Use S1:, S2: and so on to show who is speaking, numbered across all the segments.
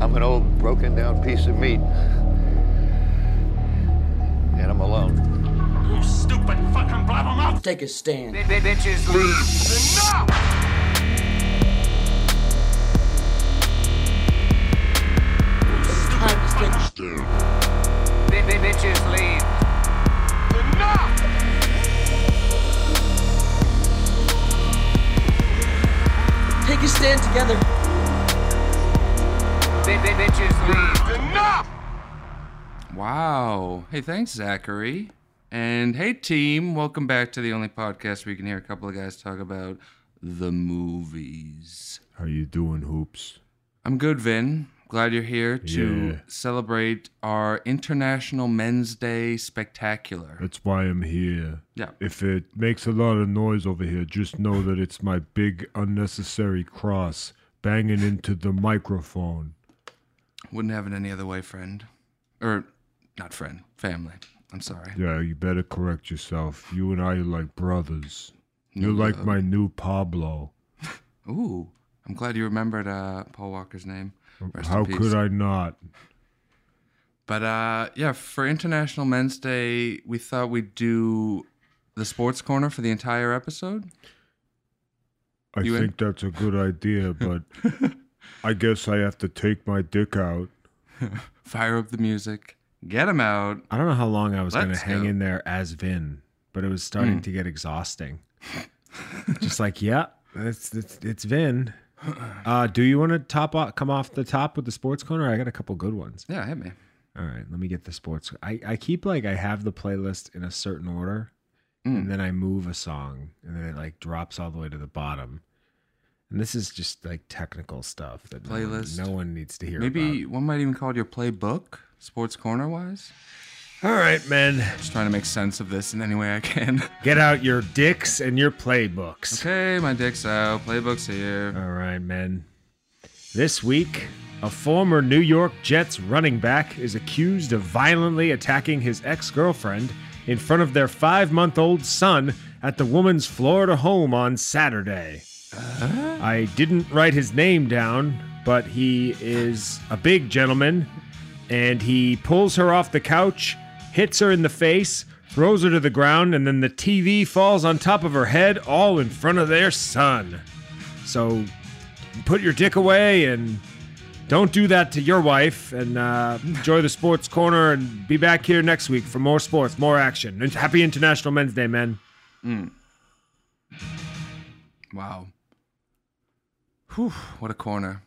S1: I'm an old, broken down piece of meat. And I'm alone.
S2: You stupid fucking blabbermouth!
S3: Take a stand.
S2: Bitches leave! Enough! Bitches leave. Enough!
S3: Take a stand together.
S2: Bitches leave. Enough!
S4: Wow. Hey, thanks, Zachary. And hey, team. Welcome back to the only podcast where you can hear a couple of guys talk about the movies.
S5: How you doing, hoops?
S4: I'm good, Vin. Glad you're here to
S5: Yeah.
S4: celebrate our International Men's Day spectacular.
S5: That's why I'm here.
S4: Yeah.
S5: If it makes a lot of noise over here, just know that it's my big unnecessary cross banging into the microphone.
S4: Wouldn't have it any other way, friend. Or not friend, family. I'm sorry.
S5: Yeah, you better correct yourself. You and I are like brothers. You're like my new Pablo.
S4: Ooh, I'm glad you remembered uh, Paul Walker's name. Rest
S5: How
S4: in peace.
S5: could I not?
S4: But uh, yeah, for International Men's Day, we thought we'd do the sports corner for the entire episode.
S5: I
S4: You in?
S5: think that's a good idea, but I guess I have to take my dick out.
S4: Fire up the music, get them out.
S6: I don't know how long I was going to
S4: Let's
S6: hang
S4: go.
S6: in there as Vin, but it was starting to get exhausting. Just like, yeah, it's it's, it's Vin. Uh, do you want to top off, come off the top with the sports corner? I got a couple good ones.
S4: Yeah, hit me.
S6: All right, let me get the sports. I, I keep like I have the playlist in a certain order, and then I move a song, and then it like drops all the way to the bottom. And this is just like technical stuff that no one-
S4: Playlist.
S6: No, one, needs to hear.
S4: Maybe one might even call it your playbook, sports corner wise.
S6: about. all right, men,
S4: Just trying to make sense of this in any way I can.
S6: get out your dicks and your playbooks.
S4: okay, my dick's out. Playbook's here.
S6: All right, men. This week, a former New York Jets running back is accused of violently attacking his ex girlfriend in front of their five month old son at the woman's Florida home on Saturday. I didn't write his name down, but he is a big gentleman, and he pulls her off the couch, hits her in the face, throws her to the ground, and then the TV falls on top of her head, all in front of their son. So put your dick away and don't do that to your wife. And uh, enjoy the sports corner and be back here next week for more sports, more action. And happy International Men's Day, men.
S4: Wow. Whew, what a corner.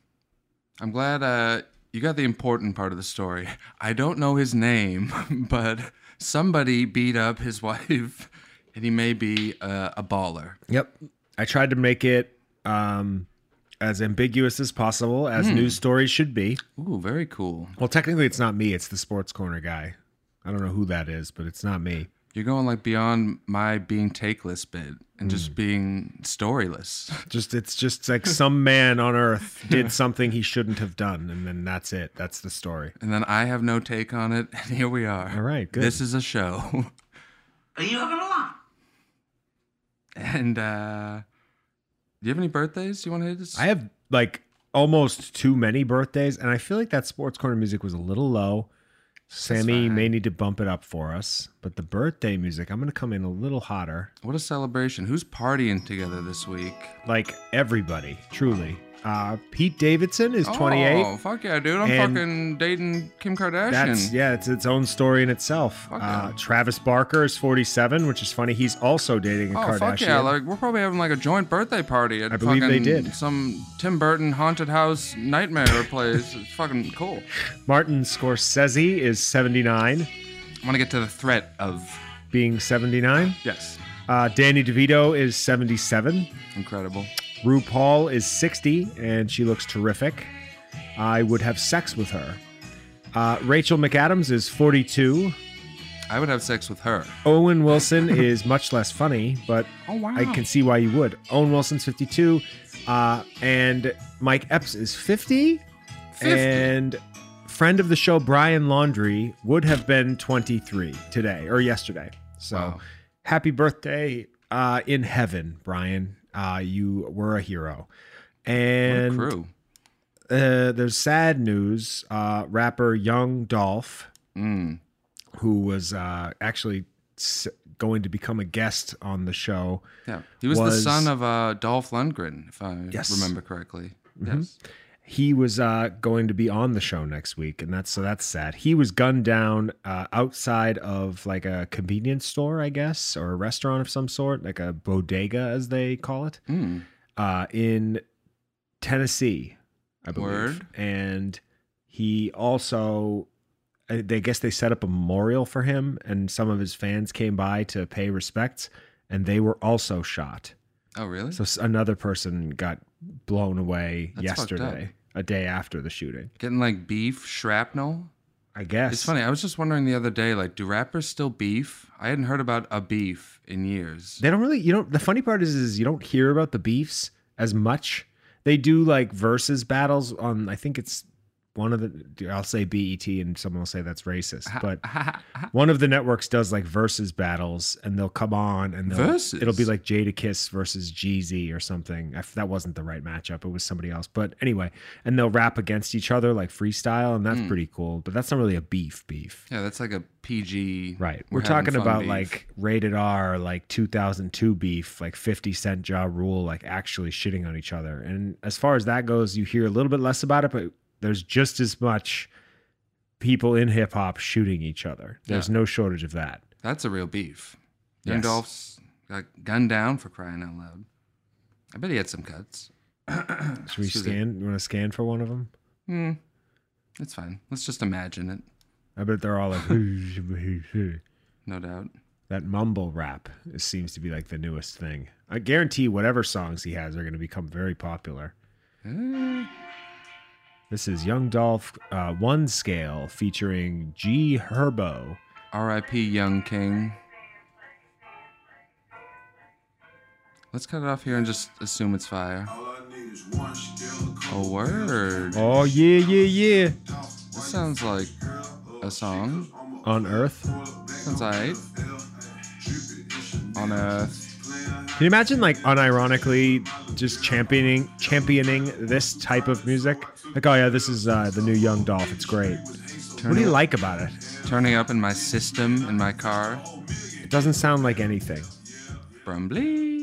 S4: I'm glad uh, you got the important part of the story. I don't know his name, but somebody beat up his wife, and he may be uh, a baller.
S6: Yep. I tried to make it um, as ambiguous as possible, as news stories should be.
S4: Ooh, very cool.
S6: Well, technically, it's not me, it's the sports corner guy. I don't know who that is, but it's not me.
S4: You're going like beyond my being takeless bit and
S6: Hmm.
S4: just being storyless.
S6: Just it's just like some man on earth did something he shouldn't have done, and then that's it. That's the story.
S4: And then I have no take on it, and here we are.
S6: All right, good.
S4: This is a show. And uh do you have any birthdays you want to hit? This?
S6: I have like almost too many birthdays, and I feel like that sports corner music was a little low. Sammy may need to bump it up for us, but the birthday music, I'm gonna come in a little hotter.
S4: What a celebration. Who's partying together this week?
S6: Like everybody, truly. Uh, Pete Davidson is 28.
S4: Oh, fuck yeah, dude. I'm
S6: And-
S4: fucking dating Kim Kardashian.
S6: That's yeah, it's its own story in itself.
S4: Fuck
S6: Uh,
S4: yeah.
S6: Travis Barker is 47, which is funny. He's also dating a
S4: Oh
S6: Kardashian.
S4: fuck yeah! Like we're probably having like a joint birthday party at
S6: I believe they
S4: fucking
S6: did.
S4: some Tim Burton haunted house nightmare place. It's fucking cool.
S6: Martin Scorsese is 79,
S4: I want to get to the threat of
S6: being 79.
S4: yes,
S6: Uh, Danny DeVito is 77.
S4: incredible.
S6: RuPaul is 60 and she looks terrific. I would have sex with her. Uh, Rachel McAdams is 42.
S4: I would have sex with her.
S6: Owen Wilson is much less funny, but
S4: Oh, wow.
S6: I can see why you would. Owen Wilson's 52. Uh, and Mike Epps is 50,
S4: 50.
S6: And friend of the show, Brian Laundry, would have been 23 today or yesterday. So
S4: Wow.
S6: happy birthday uh, in heaven, Brian. Uh, you were a hero.
S4: What a
S6: And
S4: crew.
S6: uh, there's sad news. Uh, rapper Young Dolph,
S4: Mm.
S6: who was uh, actually s- going to become a guest on the show.
S4: Yeah, he was, the
S6: was-
S4: son of uh, Dolph Lundgren, if I
S6: Yes. Mm-hmm.
S4: remember correctly. Yes.
S6: he was uh, going to be on the show next week, and that's so that's sad. He was gunned down uh, outside of like a convenience store, I guess, or a restaurant of some sort, like a bodega as they call it, uh, in Tennessee, I believe.
S4: Word.
S6: And he also, I they guess they set up a memorial for him, and some of his fans came by to pay respects, and they were also shot.
S4: Oh, really?
S6: So s- another person got blown away
S4: That's fucked
S6: yesterday, a day after the shooting.
S4: Getting like beef shrapnel.
S6: I guess.
S4: It's funny. I was just wondering the other day, like, do rappers still beef? I hadn't heard about a beef in years.
S6: They don't really, you know, the funny part is, is you don't hear about the beefs as much. They do like versus battles on, I think it's one of the, I'll say BET and someone will say that's racist, but one of the networks does like versus battles and they'll come on and they'll-
S4: Versus?
S6: it'll be like Jada Kiss versus Jeezy or something. If that wasn't the right matchup, it was somebody else. But anyway, and they'll rap against each other like freestyle and that's pretty cool, but that's not really a beef beef.
S4: Yeah, that's like a PG.
S6: Right. We're,
S4: we're having
S6: talking
S4: fun
S6: about
S4: beef.
S6: like rated R, like 2002 beef, like 50 Cent Jaw Rule, like actually shitting on each other. And as far as that goes, you hear a little bit less about it, but there's just as much people in hip hop shooting each other. There's no shortage of that.
S4: That's a real beef.
S6: Yes.
S4: Young Dolph's got gunned down for crying out loud. I bet he had some cuts.
S6: Should we
S4: Excuse me.
S6: scan? You want to scan for one of them?
S4: It's fine. Let's just imagine it.
S6: I bet they're all like, that
S4: No doubt.
S6: mumble rap it seems to be like the newest thing. I guarantee whatever songs he has are going to become very popular.
S4: Eh,
S6: This is Young Dolph uh, One Scale featuring G Herbo.
S4: R.I.P. Young King. Let's cut it off here and just assume it's fire. Oh, word.
S6: Oh yeah, yeah, yeah.
S4: This sounds like a song.
S6: On Earth. Can
S4: Sounds alright. On Earth.
S6: you imagine like unironically just championing championing this type of music? Like, oh yeah, this is uh, the new Young Dolph. It's great. What do you like about it?
S4: Turning up in my system in my car.
S6: It doesn't sound like anything.
S4: Brumbly.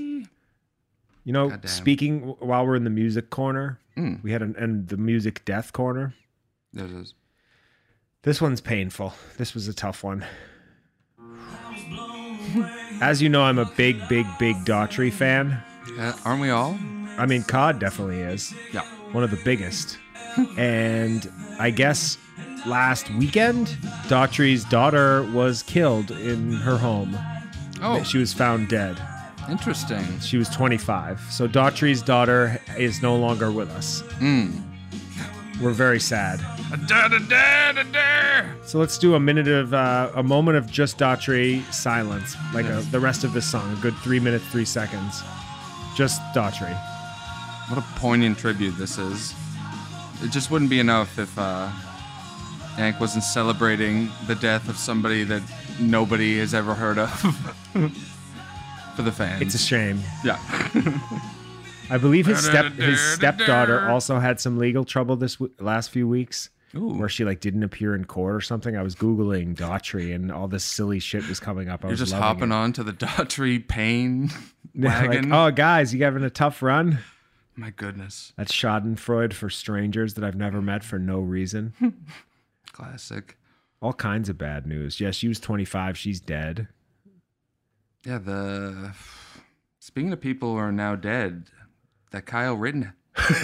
S6: You know,
S4: Goddamn. Mm.
S6: speaking w- while we're in the music corner, we had an and the music death corner.
S4: There it is.
S6: This one's painful. This was a tough one. As you know, I'm a big, big, big Daughtry fan.
S4: Uh, aren't we all?
S6: I mean, Cod definitely is
S4: Yeah.
S6: one of the biggest. and I guess last weekend, Daughtry's daughter was killed in her home.
S4: Oh,
S6: She was found dead.
S4: interesting.
S6: She was 25. So Daughtry's daughter is no longer with us.
S4: Hmm.
S6: We're very sad. So let's do a minute of uh, a moment of just Daughtry silence, like uh the rest of this song, a good three minutes, three seconds. Just Daughtry.
S4: What a poignant tribute this is. It just wouldn't be enough if uh, Yank wasn't celebrating the death of somebody that nobody has ever heard of. For the fans.
S6: It's a shame.
S4: yeah.
S6: I believe his step his stepdaughter also had some legal trouble this w- last few weeks.
S4: Ooh.
S6: Where she like didn't appear in court or something. I was googling Daughtry and all this silly shit was coming up. I
S4: You're
S6: was
S4: just
S6: loving
S4: hopping
S6: it.
S4: on to the Daughtry pain
S6: Yeah, like,
S4: wagon.
S6: oh, guys, you having a tough run?
S4: My goodness.
S6: That's Schadenfreude for strangers that I've never met for no reason.
S4: Classic.
S6: All kinds of bad news. Yeah, she was 25. She's dead.
S4: Yeah, the speaking of people who are now dead, that Kyle Ritten,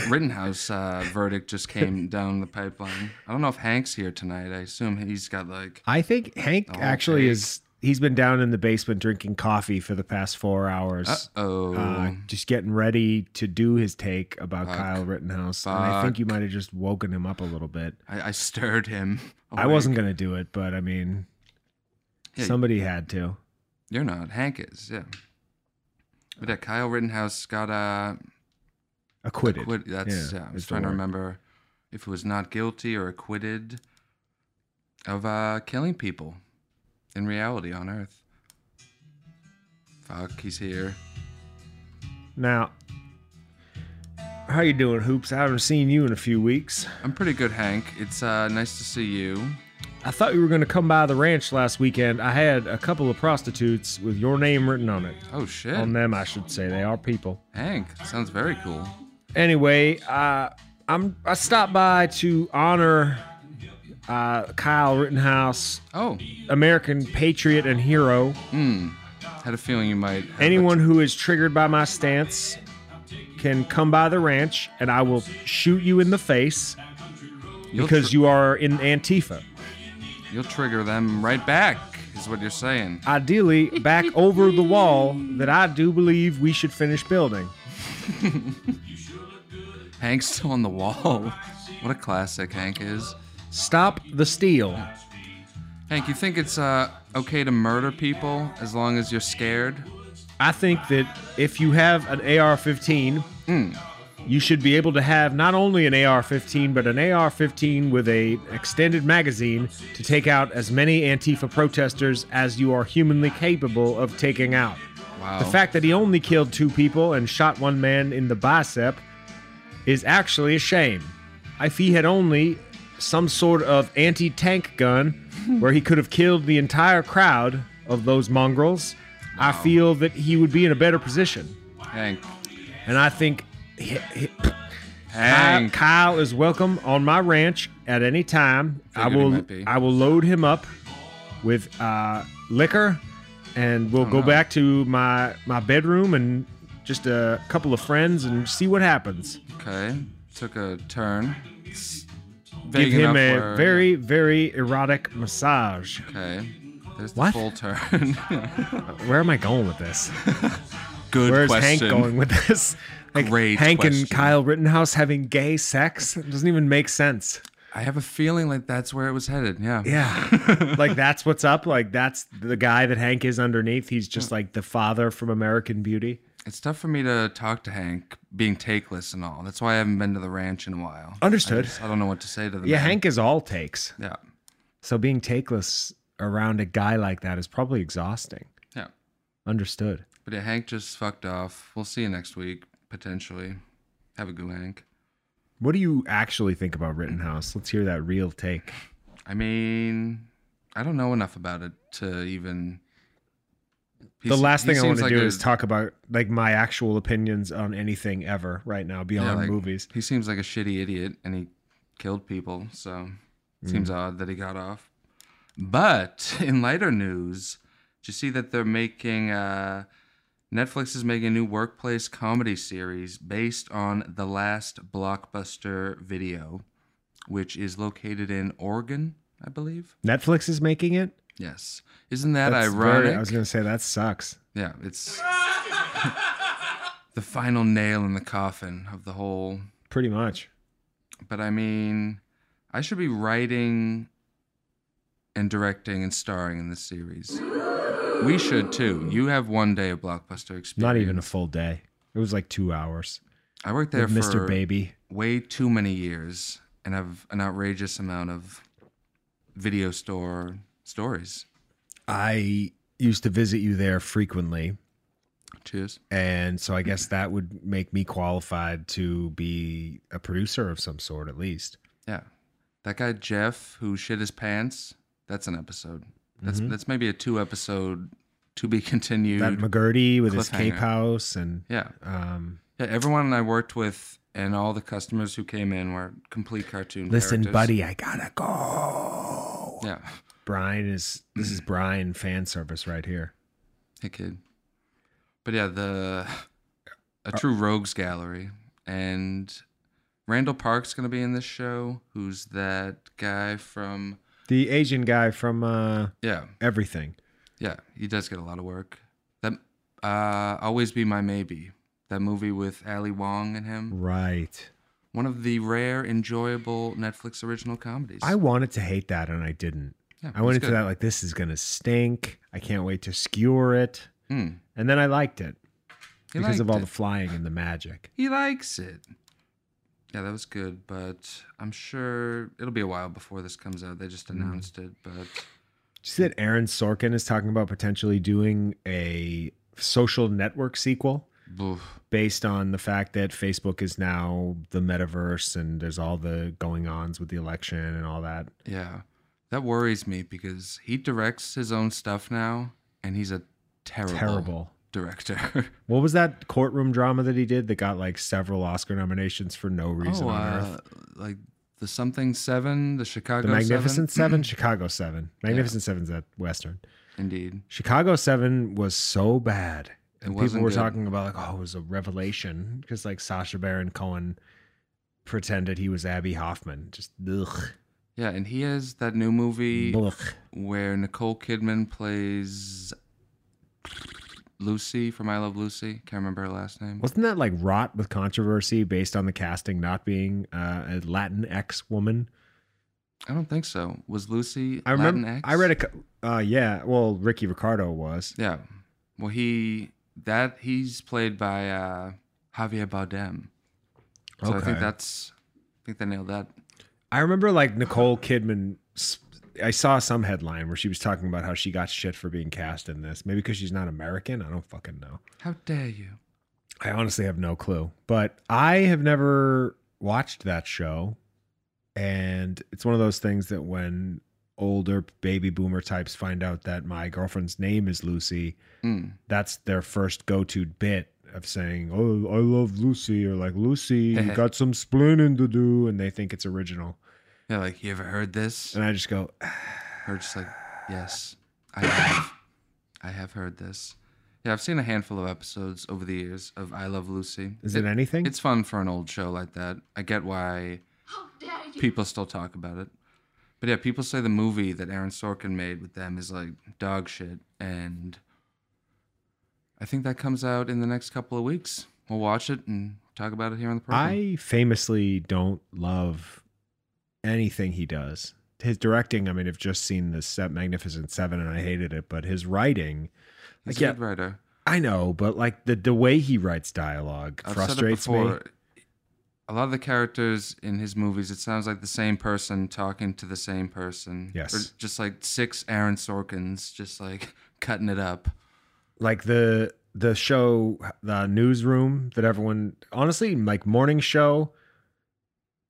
S4: Rittenhouse uh, verdict just came down the pipeline. I don't know if Hank's here tonight. I assume he's got like
S6: I think Hank
S4: Oh,
S6: actually
S4: Hank.
S6: is. He's been down in the basement drinking coffee for the past four hours.
S4: uh oh.
S6: uh, just getting ready to do his take about Kyle Rittenhouse. And I think you might have just woken him up a little bit.
S4: I, I stirred him.
S6: I wasn't going to do it, but I mean,
S4: Yeah,
S6: somebody had to.
S4: You're not. Hank is. Yeah. But yeah, Kyle Rittenhouse got uh,
S6: Acquitted.
S4: acquitted. That's yeah. I
S6: is
S4: was
S6: the
S4: trying to
S6: word.
S4: remember if he was not guilty or acquitted of uh, killing people in reality on Earth. Fuck, he's here.
S6: Now, How you doing, Hoops? I haven't seen you in a few weeks.
S4: I'm pretty good, Hank. It's uh, nice to see you.
S6: I thought you were going to come by the ranch last weekend. I had a couple of prostitutes with your name written on it.
S4: Oh shit,
S6: On them, I should say. They are people.
S4: Hank. Sounds very cool.
S6: Anyway, uh, I'm I stopped by to honor uh, Kyle Rittenhouse,
S4: Oh,
S6: American patriot and hero.
S4: had a feeling you might. have a-
S6: Anyone who is triggered by my stance can come by the ranch, and I will shoot you in the face
S4: you'll
S6: because
S4: tr-
S6: you are in Antifa.
S4: you'll trigger them right back. Is what you're saying.
S6: ideally back over the wall that I do believe we should finish building.
S4: Hank's still on the wall. What a classic Hank is.
S6: Stop the steal.
S4: Hank, you think it's uh, okay to murder people as long as you're scared?
S6: I think that if you have an AR 15, you should be able to have not only an AR 15, but an AR 15 with a extended magazine to take out as many Antifa protesters as you are humanly capable of taking out.
S4: Wow.
S6: The fact that he only killed two people and shot one man in the bicep is actually a shame. If he had only some sort of anti tank gun where he could have killed the entire crowd of those mongrels, I feel that he would be in a better position.
S4: Hank.
S6: And I think he- he- Kyle,
S4: Hank.
S6: Kyle is welcome on my ranch at any time. I
S4: Figured he
S6: will
S4: might be.
S6: I will load him up with uh, liquor, and we'll go
S4: Oh, no.
S6: back to my my bedroom and just a couple of friends and see what happens.
S4: Okay. Took a turn. It's
S6: Give
S4: vague
S6: him
S4: enough
S6: a
S4: where-
S6: very very erotic massage.
S4: Okay. There's the
S6: What?
S4: full turn.
S6: Where am I going with this?
S4: Good
S6: Where's
S4: question.
S6: Hank going with this? Like
S4: Great
S6: Hank and
S4: question.
S6: Kyle Rittenhouse having gay sex it doesn't even make sense.
S4: I have a feeling like that's where it was headed. Yeah.
S6: Yeah. like that's what's up. Like that's the guy that Hank is underneath. He's just like the father from American Beauty.
S4: It's tough for me to talk to Hank, being takeless and all. That's why I haven't been to the ranch in a while.
S6: Understood.
S4: I, just- I don't know what to say to them.
S6: Yeah, Hank is all takes.
S4: Yeah.
S6: So being takeless around a guy like that is probably exhausting.
S4: Yeah.
S6: Understood.
S4: But yeah, Hank just fucked off. We'll see you next week, potentially. Have a good Hank.
S6: What do you actually think about Rittenhouse? Let's hear that real take.
S4: I mean, I don't know enough about it to even. He
S6: the
S4: se-
S6: last
S4: he
S6: thing I want
S4: seems
S6: to
S4: like
S6: do
S4: a-
S6: is talk about like my actual opinions on anything ever right now
S4: yeah,
S6: beyond
S4: like,
S6: movies.
S4: He seems like a shitty idiot, and he killed people. So,
S6: Mm.
S4: seems odd that he got off. But in lighter news, did you see that they're making uh, Netflix is making a new workplace comedy series based on the last blockbuster video, which is located in Oregon, I believe.
S6: Netflix is making it.
S4: Yes, isn't that
S6: That's
S4: ironic?
S6: very- I was gonna say that sucks.
S4: Yeah, it's the final nail in the coffin of the whole.
S6: Pretty much.
S4: But I mean, I should be writing and directing and starring in this series. We should too. You have one day of blockbuster experience.
S6: Not even a full day. It was like two hours.
S4: I worked there
S6: with Mr.
S4: for
S6: Baby.
S4: way too many years and have an outrageous amount of video store stories.
S6: I used to visit you there frequently,
S4: Cheers.
S6: and so I guess that would make me qualified to be a producer of some sort, at least.
S4: Yeah. That guy Jeff who shit his pants, that's an episode. That's that's maybe a two episode to be continued.
S6: Mm-hmm. That McGurdy with his
S4: cliffhanger.
S6: Cape House, and
S4: yeah.
S6: um,
S4: Yeah, everyone I worked with and all the customers who came in were complete cartoon
S6: listen,
S4: characters.
S6: buddy, I gotta go.
S4: Yeah.
S6: Brian is this
S4: Mm.
S6: is Brian fan service right here.
S4: Hey kid. But yeah, the
S6: Uh,
S4: a true rogues gallery and Randall Park's going to be in this show, who's that guy from
S6: The Asian guy from uh,
S4: Yeah.
S6: everything.
S4: Yeah, he does get a lot of work. That uh, always be my maybe. That movie with Ali Wong and him.
S6: Right.
S4: One of the rare, enjoyable Netflix original comedies.
S6: I wanted to hate that and I didn't.
S4: Yeah,
S6: I went
S4: it's
S6: into
S4: good.
S6: that like this is gonna stink. I can't wait to skewer it.
S4: Hmm.
S6: And then I liked it
S4: He
S6: because of
S4: liked
S6: all
S4: it.
S6: the flying and the magic.
S4: he likes it. Yeah, that was good, but I'm sure it'll be a while before this comes out. They just
S6: Mm-hmm.
S4: announced it, but
S6: Did you see that Aaron Sorkin is talking about potentially doing a social network sequel
S4: Oof.
S6: based on the fact that Facebook is now the metaverse and there's all the going ons with the election and all that.
S4: Yeah. That worries me because he directs his own stuff now and he's a terrible,
S6: Terrible.
S4: director.
S6: What was that courtroom drama that he did that got like several Oscar nominations for no reason
S4: oh,
S6: on earth?
S4: uh, like the something seven, the Chicago
S6: The Magnificent
S4: 7?
S6: Seven, Chicago Seven. Magnificent Seven's that Western.
S4: Mm-hmm. Indeed.
S6: Chicago Seven was so bad, and people
S4: wasn't
S6: were
S4: good.
S6: talking about like, oh, it was a revelation because like Sasha Baron Cohen pretended he was Abby Hoffman. Just ugh,
S4: Yeah, and he has that new movie
S6: ugh.
S4: where Nicole Kidman plays Lucy from I Love Lucy. Can't remember her last name.
S6: Wasn't that like rot with controversy based on the casting not being uh, a Latin X woman?
S4: I don't think so. Was Lucy
S6: I remember.
S4: Latinx?
S6: I read a. cou- Uh, yeah, well, Ricky Ricardo was.
S4: Yeah. Well, he that he's played by uh, Javier Bardem. So I think
S6: Okay.
S4: that's. I think they nailed that.
S6: I remember like Nicole Kidman. s- I saw some headline where she was talking about how she got shit for being cast in this. Maybe because she's not American. I don't fucking know.
S4: How dare you?
S6: I honestly have no clue. But I have never watched that show. And it's one of those things that when older baby boomer types find out that my girlfriend's name is Lucy,
S4: Mm.
S6: that's their first go to bit of saying, Oh, I love Lucy, or like, Lucy, you got some splinting to do. And they think it's original.
S4: Yeah, like you ever heard this?
S6: And I just go,
S4: Or just like, yes, I have. I have heard this. Yeah, I've seen a handful of episodes over the years of I Love Lucy.
S6: Is it, anything?
S4: It's fun for an old show like that. I get why people still talk about it. But yeah, people say the movie that Aaron Sorkin made with them is like dog shit. And I think that comes out in the next couple of weeks. We'll watch it and talk about it here on the program.
S6: I famously don't love anything he does. His directing, I mean, I've just seen the set Magnificent Seven and I hated it, but his writing,
S4: He's
S6: like, yeah,
S4: a good writer.
S6: I know, but like the, the way he writes dialog
S4: I've
S6: frustrates
S4: said it
S6: me.
S4: before. A lot of the characters in his movies, it sounds like the same person talking to the same person.
S6: Yes.
S4: Or just like six Aaron Sorkins, just like cutting it up.
S6: Like the the show, the newsroom that everyone honestly like morning show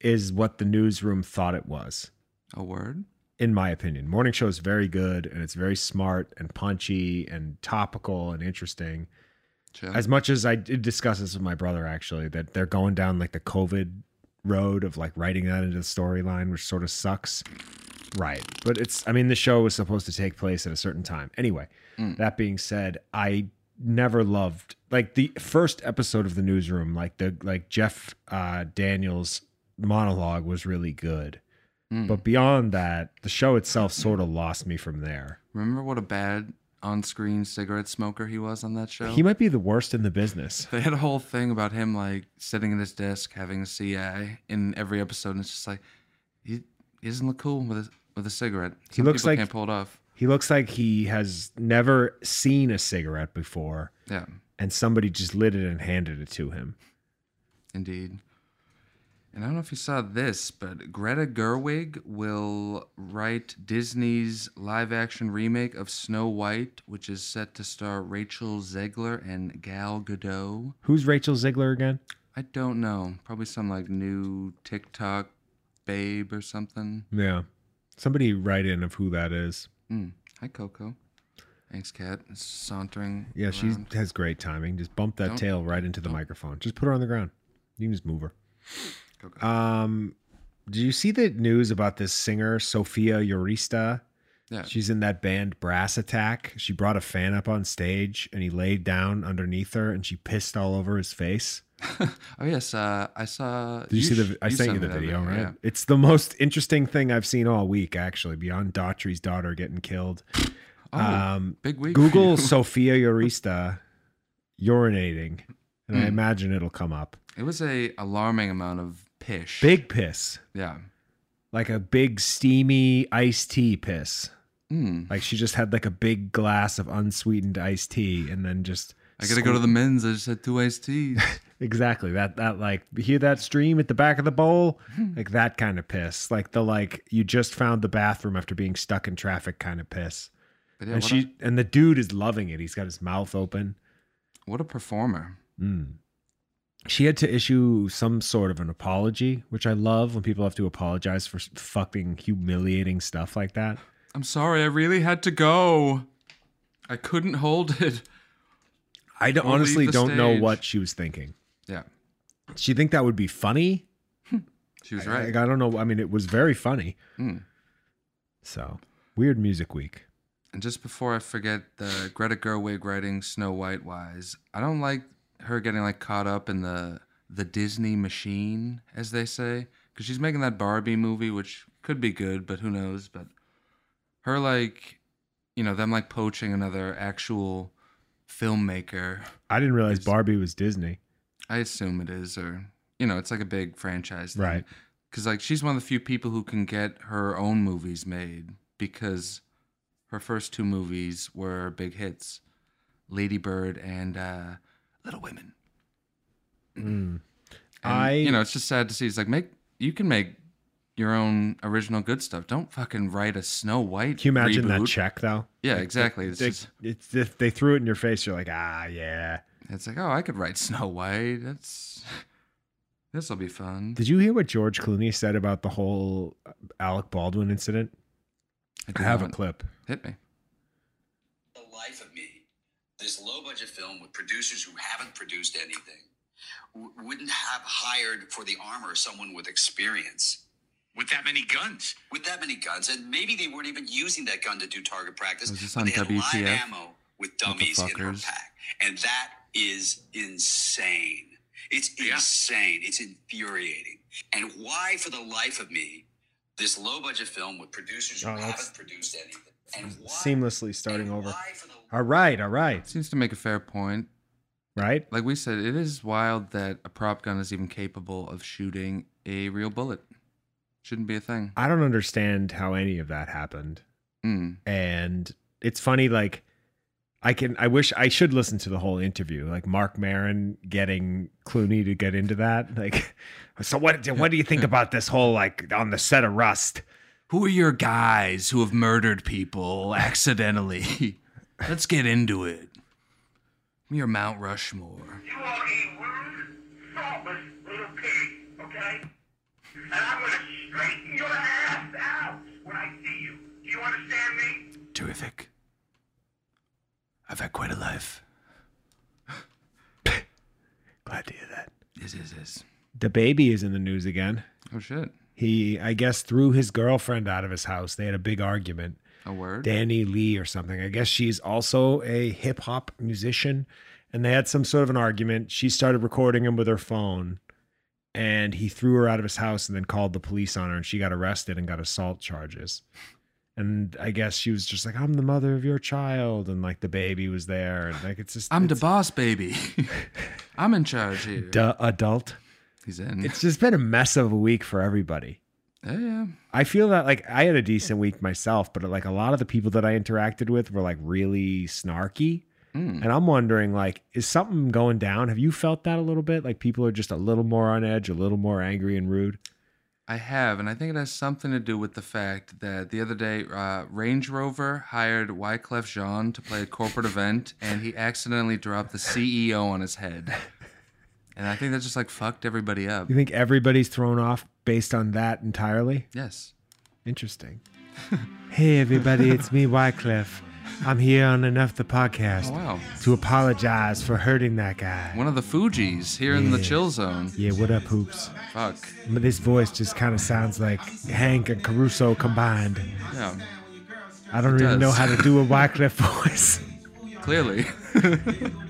S6: is what the newsroom thought it was.
S4: A word?
S6: in my opinion. Morning Show is very good and it's very smart and punchy and topical and interesting.
S4: Chill.
S6: As much as I did discuss this with my brother, actually, that they're going down like the COVID road of like writing that into the storyline, which sort of sucks. Right. But it's, I mean, the show was supposed to take place at a certain time. Anyway, that being said, I never loved like the first episode of the newsroom, like the, like Jeff uh, Daniels monologue was really good. But beyond that, the show itself sort of lost me from there.
S4: Remember what a bad on screen cigarette smoker he was on that show?
S6: He might be the worst in the business.
S4: they had a whole thing about him like sitting at his desk having a CI in every episode, and it's just like he, he doesn't look cool with a, with a cigarette. Some
S6: looks
S4: people
S6: like-
S4: can't pull it off.
S6: He looks like he has never seen a cigarette before,
S4: Yeah,
S6: and somebody just lit it and handed it to him.
S4: indeed. And I don't know if you saw this, but Greta Gerwig will write Disney's live action remake of Snow White, which is set to star Rachel Zegler and Gal Gadot.
S6: Who's Rachel Ziegler again?
S4: I don't know. Probably some like new TikTok babe or something.
S6: Yeah. Somebody write in of who that is.
S4: Mm. Hi, Coco. Thanks, Kat. Sauntering.
S6: Yeah, she
S4: around.
S6: has great timing. Just bump that
S4: Don't-
S6: tail right into the microphone. Just put her on the ground. You can just move her.
S4: Coco.
S6: Um, do you see the news about this singer, Sofia Eurista?
S4: yeah.
S6: She's in that band Brass Attack. She brought a fan up on stage and he laid down underneath her and she pissed all over his face.
S4: oh yes. Uh, I saw.
S6: Did you, see the
S4: sh-
S6: I sent you
S4: sent
S6: the
S4: me that
S6: video, right?
S4: Yeah.
S6: It's the most interesting thing I've seen all week actually, beyond Daughtry's daughter getting killed.
S4: Oh,
S6: um
S4: big week. for
S6: Google
S4: you.
S6: Sophia Eurista urinating and
S4: Hmm.
S6: I imagine it'll come up.
S4: It was a alarming amount of pish.
S6: Big piss.
S4: Yeah.
S6: Like a big steamy iced tea piss.
S4: Mm.
S6: Like she just had like a big glass of unsweetened iced tea and then just
S4: I gotta go to the men's. I just had two iced teas.
S6: Exactly. That that like you hear that stream at the back of the bowl?
S4: Hmm.
S6: Like that kind of piss. Like the like you just found the bathroom after being stuck in traffic kind of piss.
S4: But yeah,
S6: and
S4: what,
S6: she
S4: a,
S6: and the dude is loving it. He's got his mouth open.
S4: what a performer.
S6: She had to issue some sort of an apology, which I love when people have to apologize for s- fucking humiliating stuff like that.
S4: I'm sorry, I really had to go. I couldn't hold it.
S6: I d-
S4: leave
S6: honestly
S4: the
S6: don't know
S4: stage.
S6: what she was thinking.
S4: Yeah,
S6: She think that would be funny?
S4: she was
S6: Like,
S4: right.
S6: I don't know. I mean, it was very funny.
S4: Mm.
S6: So weird music week.
S4: And just before I forget the Greta Gerwig writing Snow White wise, I don't like her getting like caught up in the the Disney machine, as they say, because she's making that Barbie movie, which could be good, but who knows? But her like, you know, them like poaching another actual filmmaker.
S6: I didn't realize Barbie was Disney.
S4: I assume it is, or you know, it's like a big franchise, thing.
S6: Right.
S4: Because like she's one of the few people who can get her own movies made because her first two movies were big hits, Lady Bird and uh, Little Women. And,
S6: Hmm. I
S4: you know, it's just sad to see. It's like make you can make your own original good stuff. Don't fucking write a Snow White.
S6: can you imagine that
S4: reboot.
S6: check though?
S4: Yeah, exactly. It's
S6: They,
S4: just,
S6: it's, if they threw it in your face, you're like, ah, yeah.
S4: it's like oh, I could write Snow White. That's this will be fun.
S6: Did you hear what George Clooney said about the whole uh, Alec Baldwin incident?
S4: do
S6: I have a
S4: want-
S6: clip.
S4: Hit me.
S7: the life of me, this low budget film with producers who haven't produced anything, w- wouldn't have hired for the armor someone with experience.
S2: With that many guns.
S7: With that many guns, and maybe they weren't even using that gun to do target practice.
S4: Was this
S7: but
S4: on
S7: they had live
S4: WTF?
S7: ammo with dummies in her
S4: Motherfuckers.
S7: pack. And that is insane. It's insane. It's infuriating. And why, for the life of me, this low budget film with producers who
S6: Oh, that's-
S7: haven't produced anything? And why,
S6: Seamlessly starting
S7: and
S6: over.
S7: why for the-
S6: All right, all right,
S4: Seems to make a fair point.
S6: right?
S4: Like we said, it is wild that a prop gun is even capable of shooting a real bullet. Shouldn't be a thing.
S6: I don't understand how any of that happened.
S4: Mm.
S6: and it's funny like i can i wish i should listen to the whole interview like mark marin getting clooney to get into that like so what what do you think about this whole like on the set of rust
S4: Who are your guys who have murdered people accidentally? Let's get into it. Give me your Mount Rushmore.
S2: You are a rude, thoughtless little pig, okay? And I'm gonna straighten your ass out when I see you. Do you understand me?
S4: Terrific. I've had quite a life.
S6: glad to hear that
S4: Yes, yes, yes.
S6: the baby is in the news again
S4: Oh shit.
S6: he i guess threw his girlfriend out of his house they had a big argument
S4: A word.
S6: Danny Lee or something. I guess she's also a hip hop musician. And they had some sort of an argument. She started recording him with her phone and he threw her out of his house and then called the police on her and she got arrested and got assault charges. And I guess she was just like, I'm the mother of your child. And like the baby was there. And like, it's just,
S4: I'm the
S6: it's
S4: boss, baby. I'm in charge here.
S6: duh, adult.
S4: He's in.
S6: It's just been a mess of a week for everybody.
S4: yeah, yeah.
S6: I feel that like I had a decent week myself, but like a lot of the people that I interacted with were like really snarky.
S4: Hmm.
S6: And I'm wondering, like, is something going down? Have you felt that a little bit? Like people are just a little more on edge, a little more angry and rude.
S4: I have, and I think it has something to do with the fact that the other day, uh, Range Rover hired Wyclef Jean to play a corporate event, and he accidentally dropped the CEO on his head. And I think that just like fucked everybody up.
S6: You think everybody's thrown off based on that entirely?
S4: Yes.
S6: Interesting. hey everybody, it's me, Wycliffe. I'm here on Enough the Podcast
S4: Oh, wow.
S6: to apologize for hurting that guy.
S4: One of the Fugees here in the chill zone.
S6: Yeah, what up, hoops?
S4: Fuck.
S6: This voice just kind of sounds like Hank and Caruso combined.
S4: Yeah.
S6: I don't
S4: does.
S6: even know how to do a Wyclef voice.
S4: Clearly.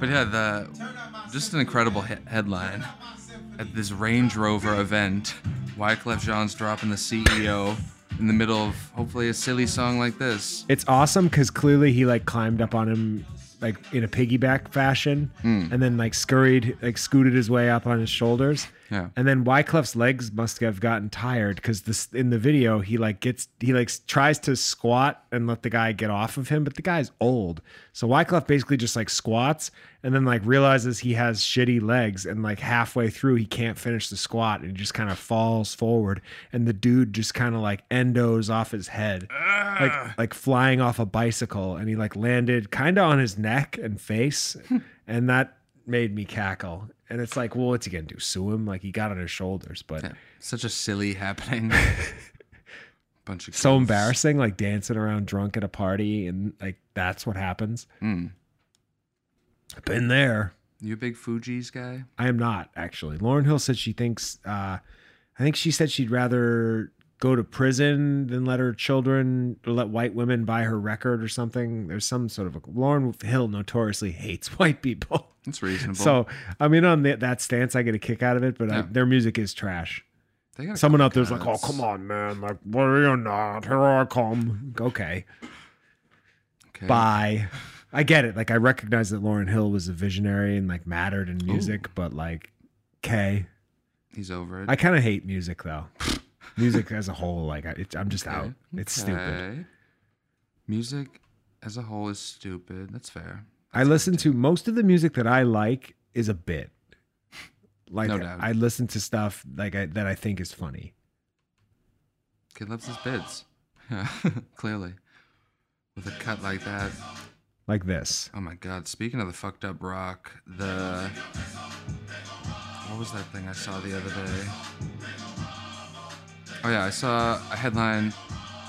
S4: but yeah, the just an incredible he- headline at this Range Rover event. Wyclef Jean's dropping the CEO in the middle of hopefully a silly song like this.
S6: It's awesome because clearly he like climbed up on him like in a piggyback fashion, and then like scurried, like scooted his way up on his shoulders.
S4: Yeah.
S6: And then Wyclef's legs must have gotten tired because this in the video he like gets he like s- tries to squat and let the guy get off of him, but the guy's old, so Wyclef basically just like squats and then like realizes he has shitty legs and like halfway through he can't finish the squat and he just kind of falls forward and the dude just kind of like endos off his head like like flying off a bicycle and he like landed kind of on his neck and face and that made me cackle. And it's like, well, what's he gonna do? Sue him? Like he got on his shoulders, but
S4: Yeah, Such a silly happening. Bunch of
S6: so
S4: kids.
S6: embarrassing, like dancing around drunk at a party, and like that's what happens.
S4: Mm.
S6: Been there.
S4: You a big Fuji's guy?
S6: I am not actually. Lauren Hill said she thinks. Uh, I think she said she'd rather go to prison than let her children or let white women buy her record or something. There's some sort of a Lauren Hill notoriously hates white people.
S4: That's reasonable.
S6: So I mean, on the, that stance, I get a kick out of it, but I,
S4: Yeah.
S6: their music is trash.
S4: They got a
S6: Someone
S4: couple
S6: out there's like, "Oh,
S4: guys.
S6: come on, man! Like, worry or not, here I come." Okay,
S4: Okay.
S6: bye. I get it. Like, I recognize that Lauren Hill was a visionary and like mattered in music, but like, okay.
S4: He's over it.
S6: I kind of hate music though. music as a whole, like I, it, I'm just out. It's stupid.
S4: Okay. Music as a whole is stupid. That's fair.
S6: I listen to most of the music that I like is a bit. Like
S4: No doubt.
S6: I listen to stuff like I, that I think is funny.
S4: Kid loves his bids. Yeah, clearly. With a cut like that.
S6: Like this.
S4: Oh my god. Speaking of the fucked up rock, the. What was that thing I saw the other day? Oh yeah, I saw a headline.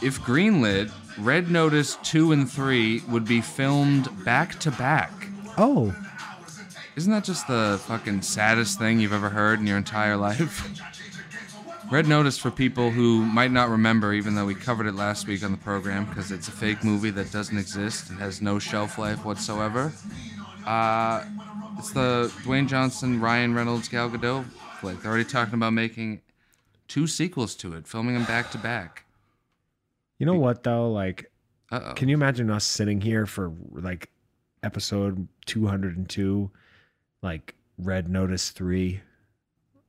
S4: If greenlit, Red Notice 2 and 3 would be filmed back to back.
S6: Oh,
S4: Isn't that just the fucking saddest thing you've ever heard in your entire life? Red Notice for people who might not remember, even though we covered it last week on the program, because it's a fake movie that doesn't exist and has no shelf life whatsoever. Uh, it's the Dwayne Johnson, Ryan Reynolds, Gal Gadot flick. They're already talking about making two sequels to it, filming them back to back.
S6: you know what though? Like,
S4: Uh oh.
S6: can you imagine us sitting here for like episode 202, like Red Notice three,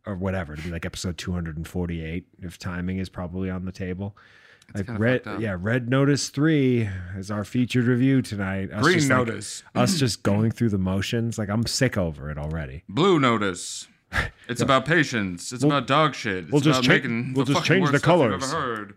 S6: or whatever? It'd be like episode 248 if timing is probably on the table.
S4: It's
S6: like
S4: kinda
S6: red
S4: fucked up.
S6: yeah red notice 3 is our featured review tonight us
S4: Green
S6: just, like,
S4: Notice.
S6: us just going through the motions like i'm sick over it already
S4: Blue Notice. It's about patience. It's about dog shit. It's
S6: we'll just
S4: about
S6: cha-
S4: making
S6: we'll
S4: the
S6: just
S4: fucking worst
S6: change the
S4: stuff you've
S6: colours.
S4: ever heard.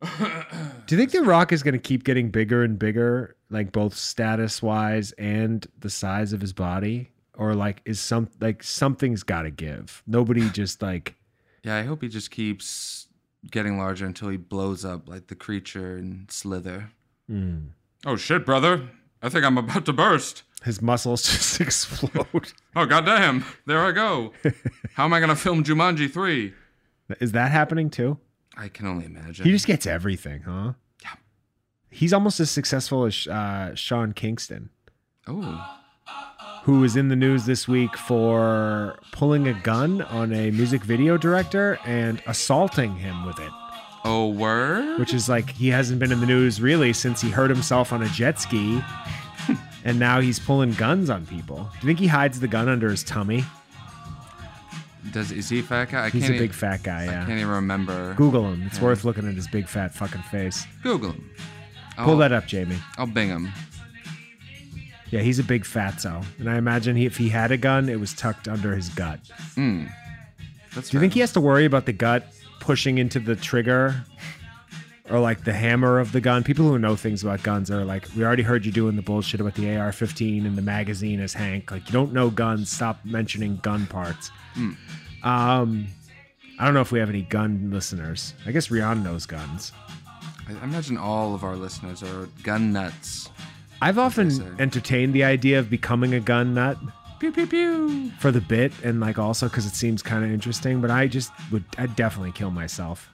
S6: do you think the rock is going to keep getting bigger and bigger like both status wise and the size of his body or like is some like something's got to give nobody just like
S4: Yeah, I hope he just keeps getting larger until he blows up like the creature in Slither.
S6: Mm.
S4: Oh shit, brother! I think I'm about to burst.
S6: his muscles just explode
S4: Oh goddamn! There I go. How am I gonna film Jumanji three?
S6: is that happening too
S4: I can only imagine.
S6: he just gets everything huh yeah he's almost as successful as uh, sean kingston
S4: oh,
S6: who was in the news this week for pulling a gun on a music video director and assaulting him with it,
S4: oh word.
S6: which is like he hasn't been in the news really since he hurt himself on a jet ski. And now he's pulling guns on people. Do you think he hides the gun under his tummy?
S4: Does is he a fat guy? I
S6: He's
S4: can't
S6: a
S4: e-
S6: big fat guy,
S4: I
S6: yeah.
S4: can't even remember.
S6: Google him. It's worth looking at his big fat fucking face.
S4: Google him.
S6: Pull
S4: I'll-
S6: that up, Jamie.
S4: I'll bing him.
S6: Yeah, he's a big fatso. And I imagine he, if he had a gun, it was tucked under his gut.
S4: That's
S6: Do you think he has to worry about the gut pushing into the trigger or like the hammer of the gun? People who know things about guns are like, we already heard you doing the bullshit about the AR 15 and the magazine is Hank. Like, you don't know guns. Stop mentioning gun parts. Um, I don't know if we have any gun listeners. I guess Rihanna knows guns.
S4: I I imagine all of our listeners are gun nuts.
S6: I've
S4: so.
S6: often entertained the idea of becoming a gun nut
S4: Pew pew pew.
S6: for the bit and like also because it seems kind of interesting, but I just would, I'd definitely kill myself.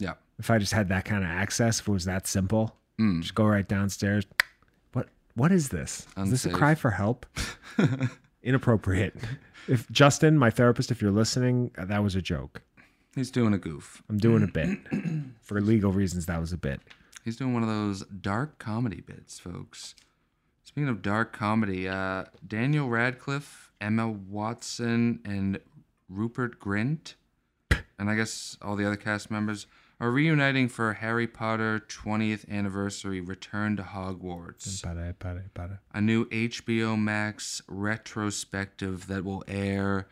S4: Yeah.
S6: if I just had that kind of access, if it was that simple,
S4: Hmm.
S6: just go right downstairs. What what is this? Is this a
S4: Unsafe.
S6: cry for help? Inappropriate. If Justin, my therapist, if you're listening, uh, that was a joke.
S4: He's doing a goof.
S6: I'm doing a bit. For legal reasons, that was a bit.
S4: He's doing one of those dark comedy bits, folks. Speaking of dark comedy, uh, Daniel Radcliffe, Emma Watson, and Rupert Grint, and I guess all the other cast members are reuniting for Harry Potter 20th anniversary return to Hogwarts. a new HBO Max retrospective that will air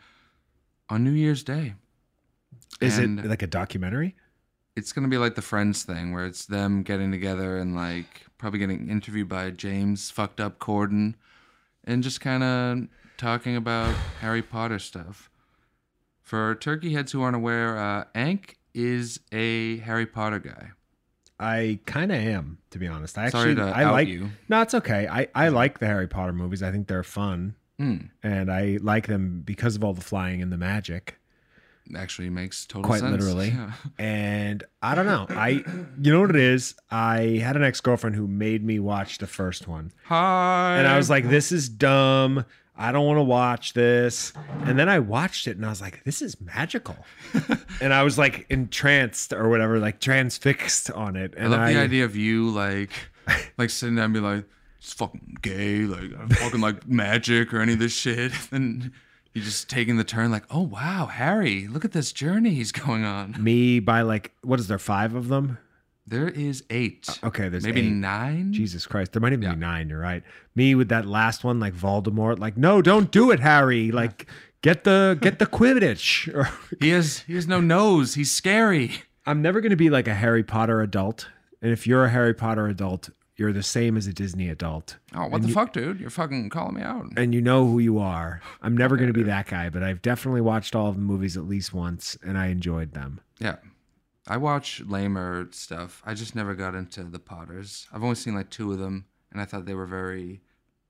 S4: on New Year's Day.
S6: Is it
S4: And-
S6: like a documentary?
S4: It's going to be like the Friends thing where it's them getting together and like probably getting interviewed by James fucked up Corden and just kind of talking about Harry Potter stuff. For turkey heads who aren't aware, uh, Ank is a Harry Potter guy.
S6: I kind of am, to be honest. I
S4: Sorry
S6: actually
S4: to
S6: I
S4: out
S6: like
S4: you.
S6: No, it's okay. I I like the Harry Potter movies. I think they're fun,
S4: Hmm.
S6: and I like them because of all the flying and the magic.
S4: actually makes total
S6: Quite
S4: sense.
S6: literally.
S4: Yeah.
S6: And I don't know. I you know what it is? I had an ex-girlfriend who made me watch the first one.
S4: Hi.
S6: And I was like, this is dumb. I don't want to watch this. And then I watched it and I was like, this is magical. and I was like entranced or whatever, like transfixed on it.
S4: I
S6: And
S4: love the idea of you like, like sitting down and be like, it's fucking gay, like I fucking like magic or any of this shit. And you just taking the turn, like, oh wow, Harry, look at this journey he's going on.
S6: me by like, what is there, five of them?
S4: There is Uh, eight.
S6: Okay, there's
S4: maybe
S6: eight.
S4: nine.
S6: Jesus Christ. There might even be nine. You're right. Me with that last one, like Voldemort, like, no, don't do it, Harry. Like, get the get the Quidditch. Or,
S4: He has he has no nose. He's scary.
S6: I'm never gonna be like a Harry Potter adult. And if you're a Harry Potter adult, you're the same as a Disney adult.
S4: Oh, what the fuck, dude? You're fucking calling me out.
S6: and you know who you are. I'm never going to be that guy, but I've definitely watched all of the movies at least once, and I enjoyed them.
S4: Yeah. I watch lamer stuff. I just never got into the Potters. I've only seen like two of them, and I thought they were very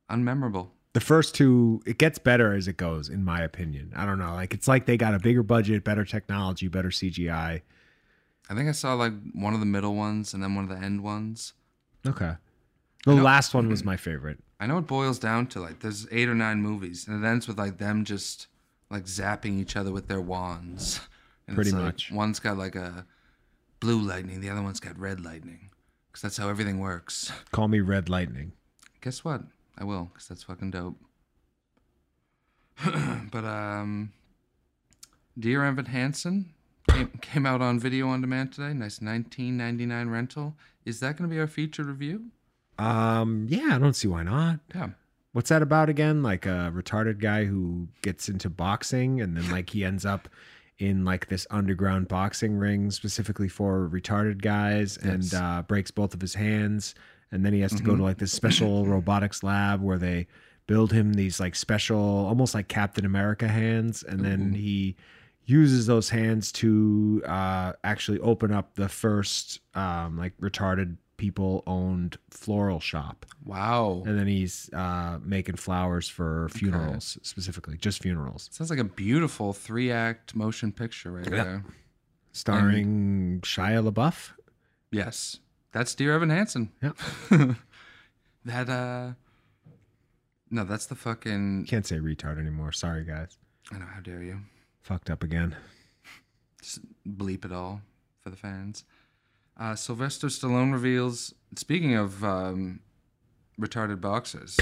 S4: unmemorable.
S6: The first two, it gets better as it goes, in my opinion. I don't know, like it's like they got a bigger budget, better technology, better CGI.
S4: I think I saw like one of the middle ones and then one of the end ones.
S6: Okay, the last one was my favorite.
S4: I know it boils down to like there's eight or nine movies, and it ends with like them just like zapping each other with their wands. And
S6: Pretty
S4: it's, like,
S6: much.
S4: one's got like a blue lightning, the other one's got red lightning, because that's how everything works.
S6: Call me Red Lightning.
S4: Guess what? I will, because that's fucking dope. but um, Dear Evan Hansen came, came out on video on demand today. Nice 19.99 rental. Is that going to be our feature review?
S6: Um, yeah, I don't see why not.
S4: Yeah.
S6: What's that about again? Like a retarded guy who gets into boxing and then like he ends up in like this underground boxing ring specifically for retarded guys and
S4: Yes.
S6: uh, breaks both of his hands and then he has to go to like this special robotics lab where they build him these like special almost like Captain America hands and then he uses those hands to uh, actually open up the first um, like retarded people owned floral shop
S4: Wow.
S6: and then he's uh, making flowers for funerals specifically, just funerals,
S4: Sounds like a beautiful three act motion picture right there.
S6: starring Shia LaBeouf.
S4: Yes. That's Dear Evan Hansen.
S6: Yep.
S4: that, uh, no, that's the fucking.
S6: Can't say retard anymore. Sorry, guys.
S4: I know, how dare you.
S6: Fucked up again.
S4: s- bleep it all for the fans. Uh, Sylvester Stallone reveals. Speaking of um, retarded boxers,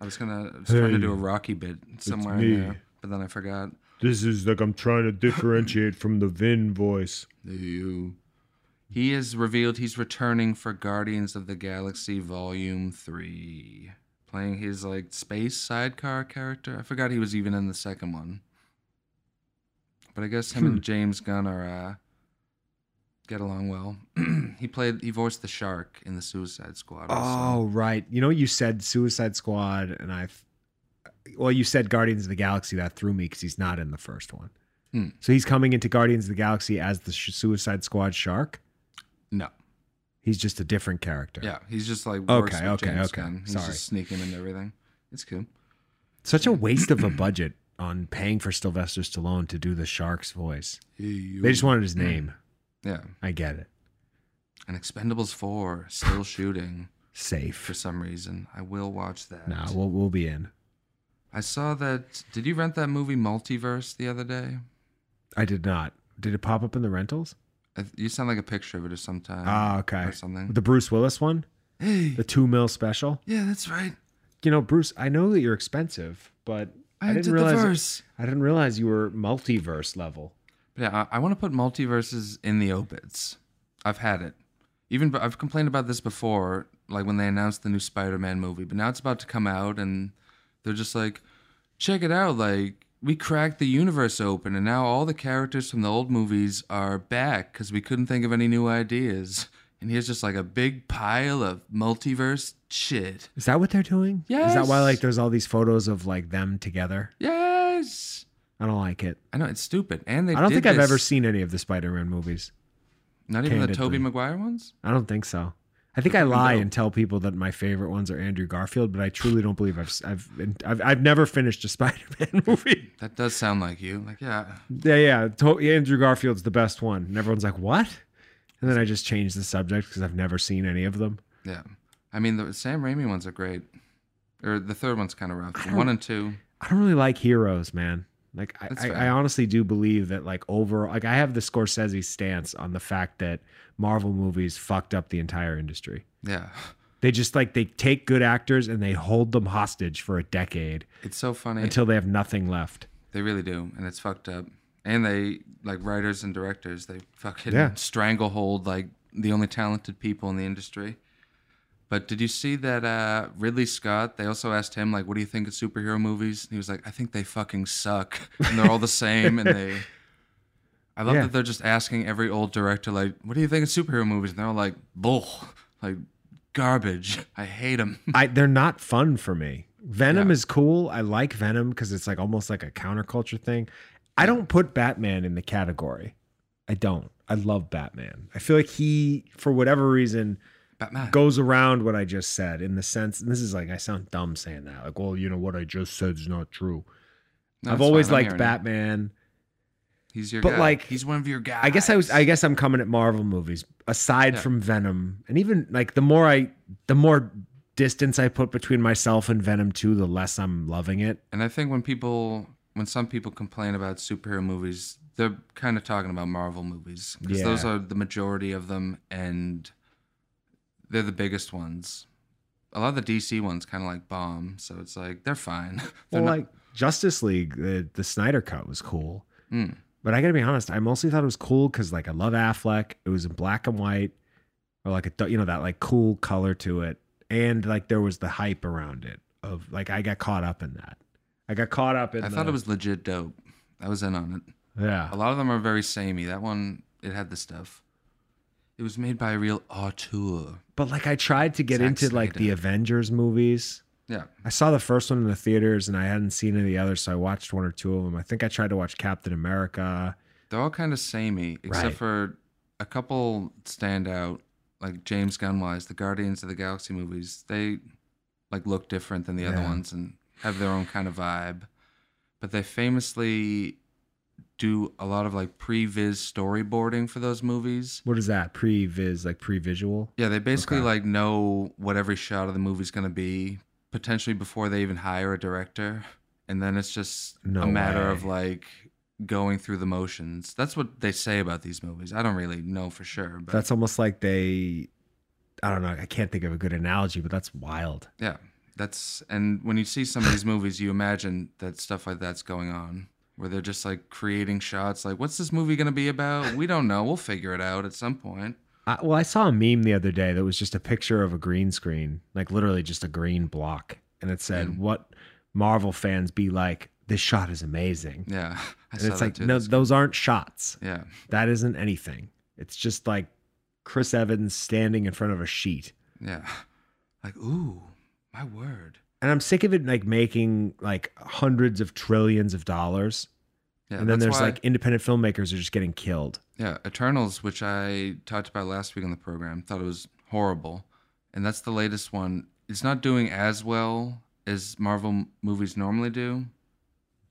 S4: I was gonna I was trying to
S5: Hey,
S4: do a Rocky bit somewhere
S5: me.
S4: in there, but then I forgot.
S5: This is like I'm trying to differentiate from the Vin voice.
S4: You. He has revealed he's returning for Guardians of the Galaxy Volume Three, playing his like space sidecar character. I forgot he was even in the second one. But I guess him
S6: Hmm.
S4: and James Gunn are uh, get along well. he played he voiced the shark in the Suicide Squad. also.
S6: Oh, right. You know, you said Suicide Squad, and I. Well, you said Guardians of the Galaxy. That threw me because he's not in the first one.
S4: Hmm.
S6: So he's coming into Guardians of the Galaxy as the sh- Suicide Squad shark.
S4: no,
S6: He's just a different character.
S4: yeah, he's just like
S6: Okay,
S4: works with
S6: okay,
S4: James
S6: okay.
S4: Gunn. He's
S6: Sorry.
S4: just sneaking into everything. It's cool.
S6: Such a waste of a budget on paying for Sylvester Stallone to do the shark's voice. They just wanted his name.
S4: yeah,
S6: I get it.
S4: and Expendables Four still shooting. for
S6: Safe.
S4: some reason. I will watch that.
S6: Nah, we'll we'll be in.
S4: I saw that. Did you rent that movie Multiverse the other day?
S6: I did not. Did it pop up in the rentals?
S4: I th- You sound like a picture of it or sometime.
S6: Ah, okay.
S4: Uh, Or something.
S6: The Bruce Willis one,
S4: hey,
S6: the two mil special.
S4: yeah, that's right.
S6: You know, Bruce, I know that you're expensive, but I,
S4: I,
S6: didn't
S4: did
S6: realize
S4: the verse.
S6: I didn't realize you were multiverse level.
S4: But yeah, I, I want to put multiverses in the obits. I've had it. Even b- I've complained about this before, like when they announced the new Spider-Man movie. But now it's about to come out, and they're just like, check it out, like. We cracked the universe open, and now all the characters from the old movies are back because we couldn't think of any new ideas. and here's just like a big pile of multiverse shit.
S6: Is that what they're doing? Is that why
S4: Yes.
S6: like there's all these photos of like them together?
S4: Yes.
S6: I don't like it.
S4: I know it's stupid, and they.
S6: I don't
S4: did
S6: think I've
S4: this-
S6: ever seen any of the Spider-Man movies.
S4: Not even the
S6: candidly.
S4: Toby Maguire ones.
S6: I don't think so. I think I lie
S4: dope.
S6: and tell people that my favorite ones are Andrew Garfield, but I truly don't believe I've s- I've been, I've, I've never finished a Spider-Man movie.
S4: That does sound like you. Like yeah,
S6: Yeah, yeah. To- Andrew Garfield's the best one, and everyone's like, "What?" And then I just change the subject because I've never seen any of them.
S4: yeah. I mean, the Sam Raimi ones are great, or the third one's kind of rough. One and two.
S6: I don't really like heroes, man. Like I,
S4: That's
S6: I,
S4: fair.
S6: I honestly do believe that like overall like I have the Scorsese stance on the fact that Marvel movies fucked up the entire industry.
S4: Yeah,
S6: They just like they take good actors and they hold them hostage for a decade
S4: it's so funny.
S6: until they have nothing left.
S4: They really do, and it's fucked up. And they like writers and directors. They fucking
S6: Yeah.
S4: stranglehold like the only talented people in the industry. But did you see that uh, Ridley Scott? They also asked him like, "What do you think of superhero movies?" And he was like, "I think they fucking suck, and they're all the same." And they, I love
S6: Yeah.
S4: that they're just asking every old director like, "What do you think of superhero movies?" And they're all like, "Bull, like garbage. I hate them."
S6: I they're not fun for me. Venom
S4: Yeah.
S6: is cool. I like Venom because it's like almost like a counterculture thing. I don't put Batman in the category. I don't. I love Batman. I feel like he, for whatever reason,
S4: Batman.
S6: goes around what I just said in the sense, and this is like I sound dumb saying that. Like, well, you know what I just said is not true.
S4: No,
S6: I've
S4: it's
S6: always
S4: fine. I'm
S6: liked
S4: hearing you.
S6: Batman.
S4: He's your
S6: but,
S4: guy.
S6: like,
S4: he's one of your guys.
S6: I guess I was. I guess I'm coming at Marvel movies. Aside
S4: Yeah.
S6: from Venom, and even like the more I, the more distance I put between myself and Venom Two, the less I'm loving it.
S4: And I think when people, when some people complain about superhero movies, they're kind of talking about Marvel movies because those
S6: Yeah.
S4: are the majority of them, and they're the biggest ones. A lot of the DC ones kind of like bomb, so it's like they're fine. they're
S6: Well, like Justice League, the, the Snyder cut was cool.
S4: Mm.
S6: But I gotta be honest, I mostly thought it was cool because like I love Affleck. It was in black and white, or like a th- you know that like cool color to it, and like there was the hype around it. Of like I got caught up in that. I got caught up in.
S4: I
S6: the-
S4: thought it was legit dope. I was in on it. A
S6: yeah.
S4: lot of them are very samey. That one, it had the stuff. It was made by a real auteur.
S6: But like I tried to get
S4: Zack
S6: into like the
S4: Snyder.
S6: Avengers movies.
S4: Yeah.
S6: I saw the first one in the theaters, and I hadn't seen any of the others, so I watched one or two of them. I think I tried to watch Captain America.
S4: They're all kind of samey, except
S6: Right.
S4: for a couple stand out, like James Gunn wise, the Guardians of the Galaxy movies. They like look different than the other
S6: Yeah.
S4: ones and have their own kind of vibe. But they famously do a lot of like pre-viz storyboarding for those movies.
S6: What is that? Pre viz, like pre visual.
S4: Yeah, they basically
S6: Okay.
S4: like know what every shot of the movie's gonna be potentially before they even hire a director, and then it's just
S6: No
S4: a matter of
S6: way.
S4: like going through the motions. That's what they say about these movies. I don't really know for sure, but
S6: That's almost like they. I don't know. I can't think of a good analogy, but that's wild.
S4: yeah, that's and when you see some of these movies, you imagine that stuff like that's going on. Where they're just like creating shots, like, what's this movie gonna be about? We don't know. We'll figure it out at some point.
S6: I, well, I saw a meme the other day that was just a picture of a green screen, like literally just a green block, and it
S4: Mm.
S6: said, "What Marvel fans be like? This shot is amazing."
S4: Yeah, I
S6: and
S4: saw
S6: it's
S4: that
S6: like,
S4: too.
S6: no, those aren't shots.
S4: yeah,
S6: That isn't anything. It's just like Chris Evans standing in front of a sheet.
S4: yeah. Like, ooh, my word.
S6: And I'm sick of it, like making like hundreds of trillions of dollars,
S4: Yeah,
S6: and then
S4: that's
S6: there's
S4: why-
S6: like independent filmmakers are just getting killed.
S4: Yeah, Eternals, which I talked about last week on the program, thought it was horrible. And that's the latest one. It's not doing as well as Marvel m- movies normally do,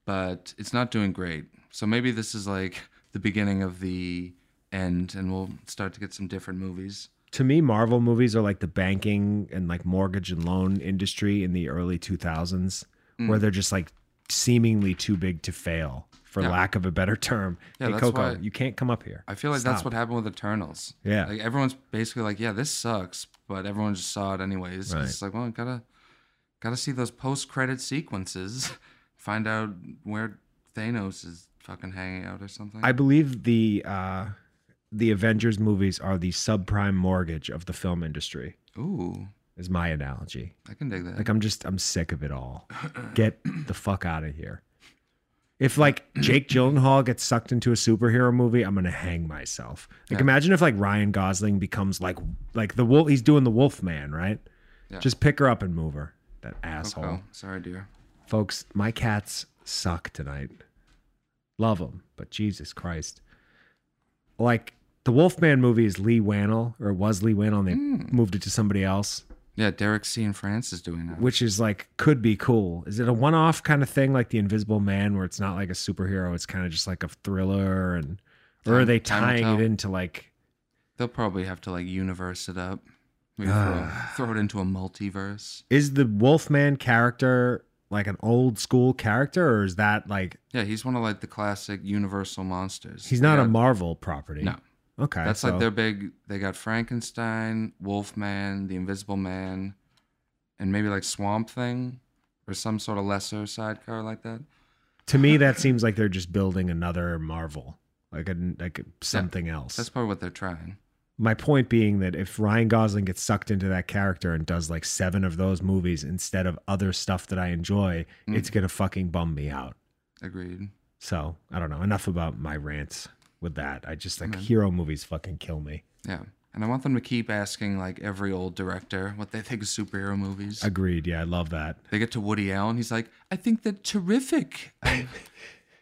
S4: but it's not doing great. So maybe this is like the beginning of the end and we'll start to get some different movies.
S6: to me marvel movies are like the banking and like mortgage and loan industry in the early 2000s where
S4: Mm.
S6: they're just like seemingly too big to fail for
S4: Yeah.
S6: lack of a better term
S4: Yeah,
S6: hey
S4: that's
S6: coco
S4: why-
S6: you can't come up here
S4: I feel like that's
S6: Stop.
S4: what happened with Eternals.
S6: Yeah.
S4: Like everyone's basically like, yeah, this sucks, but everyone just saw it anyways. 'cause It's like, well, gotta gotta see those post credit sequences, find out where Thanos is fucking hanging out or something.
S6: i believe the uh the avengers movies are the subprime mortgage of the film industry
S4: Ooh,
S6: is my analogy
S4: I can dig that.
S6: like i'm just i'm sick of it all get the fuck out of here If like Jake Gyllenhaal gets sucked into a superhero movie, I'm gonna hang myself. Like imagine if like Ryan Gosling becomes like like the wolf. He's doing the Wolf Man, right? Just pick her up and move her. That asshole,
S4: Oh, sorry, dear.
S6: folks. My cats suck tonight. Love them, but Jesus Christ, like the Wolfman movie is Lee Wannell or was Lee Wannell, and they moved it to somebody else
S4: Yeah, Derek C. in France is doing that.
S6: which is like could be cool. Is it a one-off kind of thing like The Invisible Man, where it's not like a superhero, it's kind of just like a thriller, and or are
S4: Time-
S6: they
S4: time will
S6: tying
S4: tell.
S6: it into like
S4: They'll probably have to like universe it up. Maybe throw, throw it into a multiverse.
S6: is the Wolfman character like an old school character, or is that like
S4: Yeah, he's one of like the classic Universal monsters.
S6: he's
S4: They
S6: not a
S4: got-
S6: Marvel property?
S4: No,
S6: okay,
S4: that's
S6: so-
S4: like their big. They got Frankenstein, Wolfman, the Invisible Man, and maybe like Swamp Thing or some sort of lesser sidecar like that.
S6: to me that seems like they're just building another Marvel, like a like a- something else.
S4: That's probably what they're trying.
S6: My point being that if Ryan Gosling gets sucked into that character and does like seven of those movies instead of other stuff that I enjoy,
S4: Mm.
S6: it's gonna fucking bum me out.
S4: Agreed.
S6: So I don't know. Enough about my rants with that. I just like
S4: Amen.
S6: hero movies fucking kill me.
S4: Yeah, and I want them to keep asking like every old director what they think of superhero movies.
S6: Agreed. Yeah, I love that.
S4: They get to Woody Allen. He's like, I think they're terrific. I,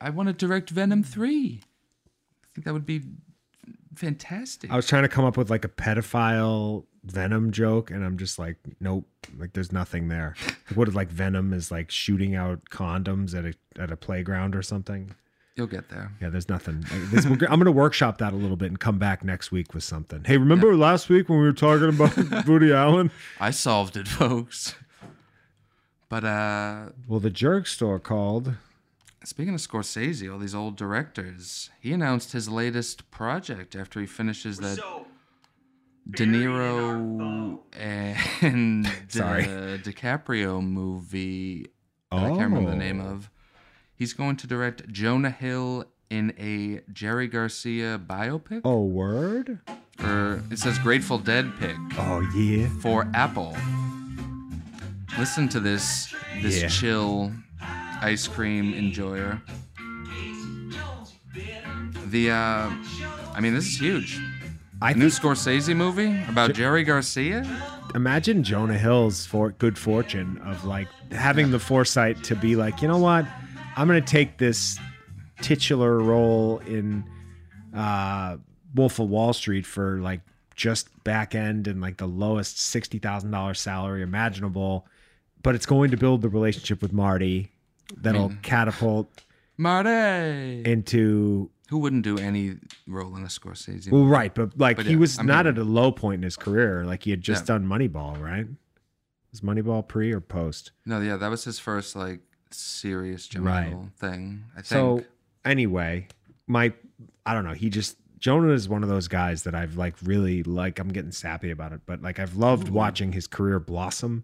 S4: I want to direct Venom 3. I think that would be fantastic.
S6: I was trying to come up with like a pedophile Venom joke, and I'm just like, nope. Like there's nothing there. Like, what if like Venom is like shooting out condoms at a at a playground or something?
S4: You'll get there.
S6: Yeah, there's nothing. Like, this, we're, gonna- I'm going to workshop that a little bit and come back next week with something. Hey, remember last week when we were talking about Woody Allen?
S4: I solved it, folks. But uh
S6: Well, the jerk store called.
S4: speaking of Scorsese, all these old directors, he announced his latest project after he finishes that De Niro and
S6: Sorry.
S4: uh, DiCaprio movie that I can't remember the name
S6: Oh.
S4: of. He's going to direct Jonah Hill in a Jerry Garcia biopic,
S6: Oh, word?
S4: or it says Grateful Dead pic
S6: Oh, yeah.
S4: for Apple. Listen to this, this
S6: Yeah.
S4: chill ice cream enjoyer. The, uh, I mean, this is huge.
S6: I
S4: A new
S6: think,
S4: Scorsese movie about Jerry Garcia?
S6: imagine Jonah Hill's for good fortune of like having the foresight to be like, you know what? I'm going to take this titular role in uh, Wolf of Wall Street for like just back end and like the lowest sixty thousand dollars salary imaginable, but it's going to build the relationship with Marty that'll
S4: Mm.
S6: catapult
S4: Marty!
S6: into
S4: Who wouldn't do any role in a Scorsese?
S6: well, right, but like
S4: But
S6: he
S4: yeah,
S6: was
S4: I'm
S6: not
S4: hearing
S6: at a low point in his career. Like he had just
S4: Yeah.
S6: done Moneyball, right? Was Moneyball pre or post?
S4: no, yeah, that was his first like serious Jonah
S6: Right.
S4: Hill thing. I think.
S6: So anyway, my I don't know. He just Jonah is one of those guys that I've like really like. I'm getting sappy about it, but like I've
S4: Mm-hmm.
S6: loved watching his career blossom.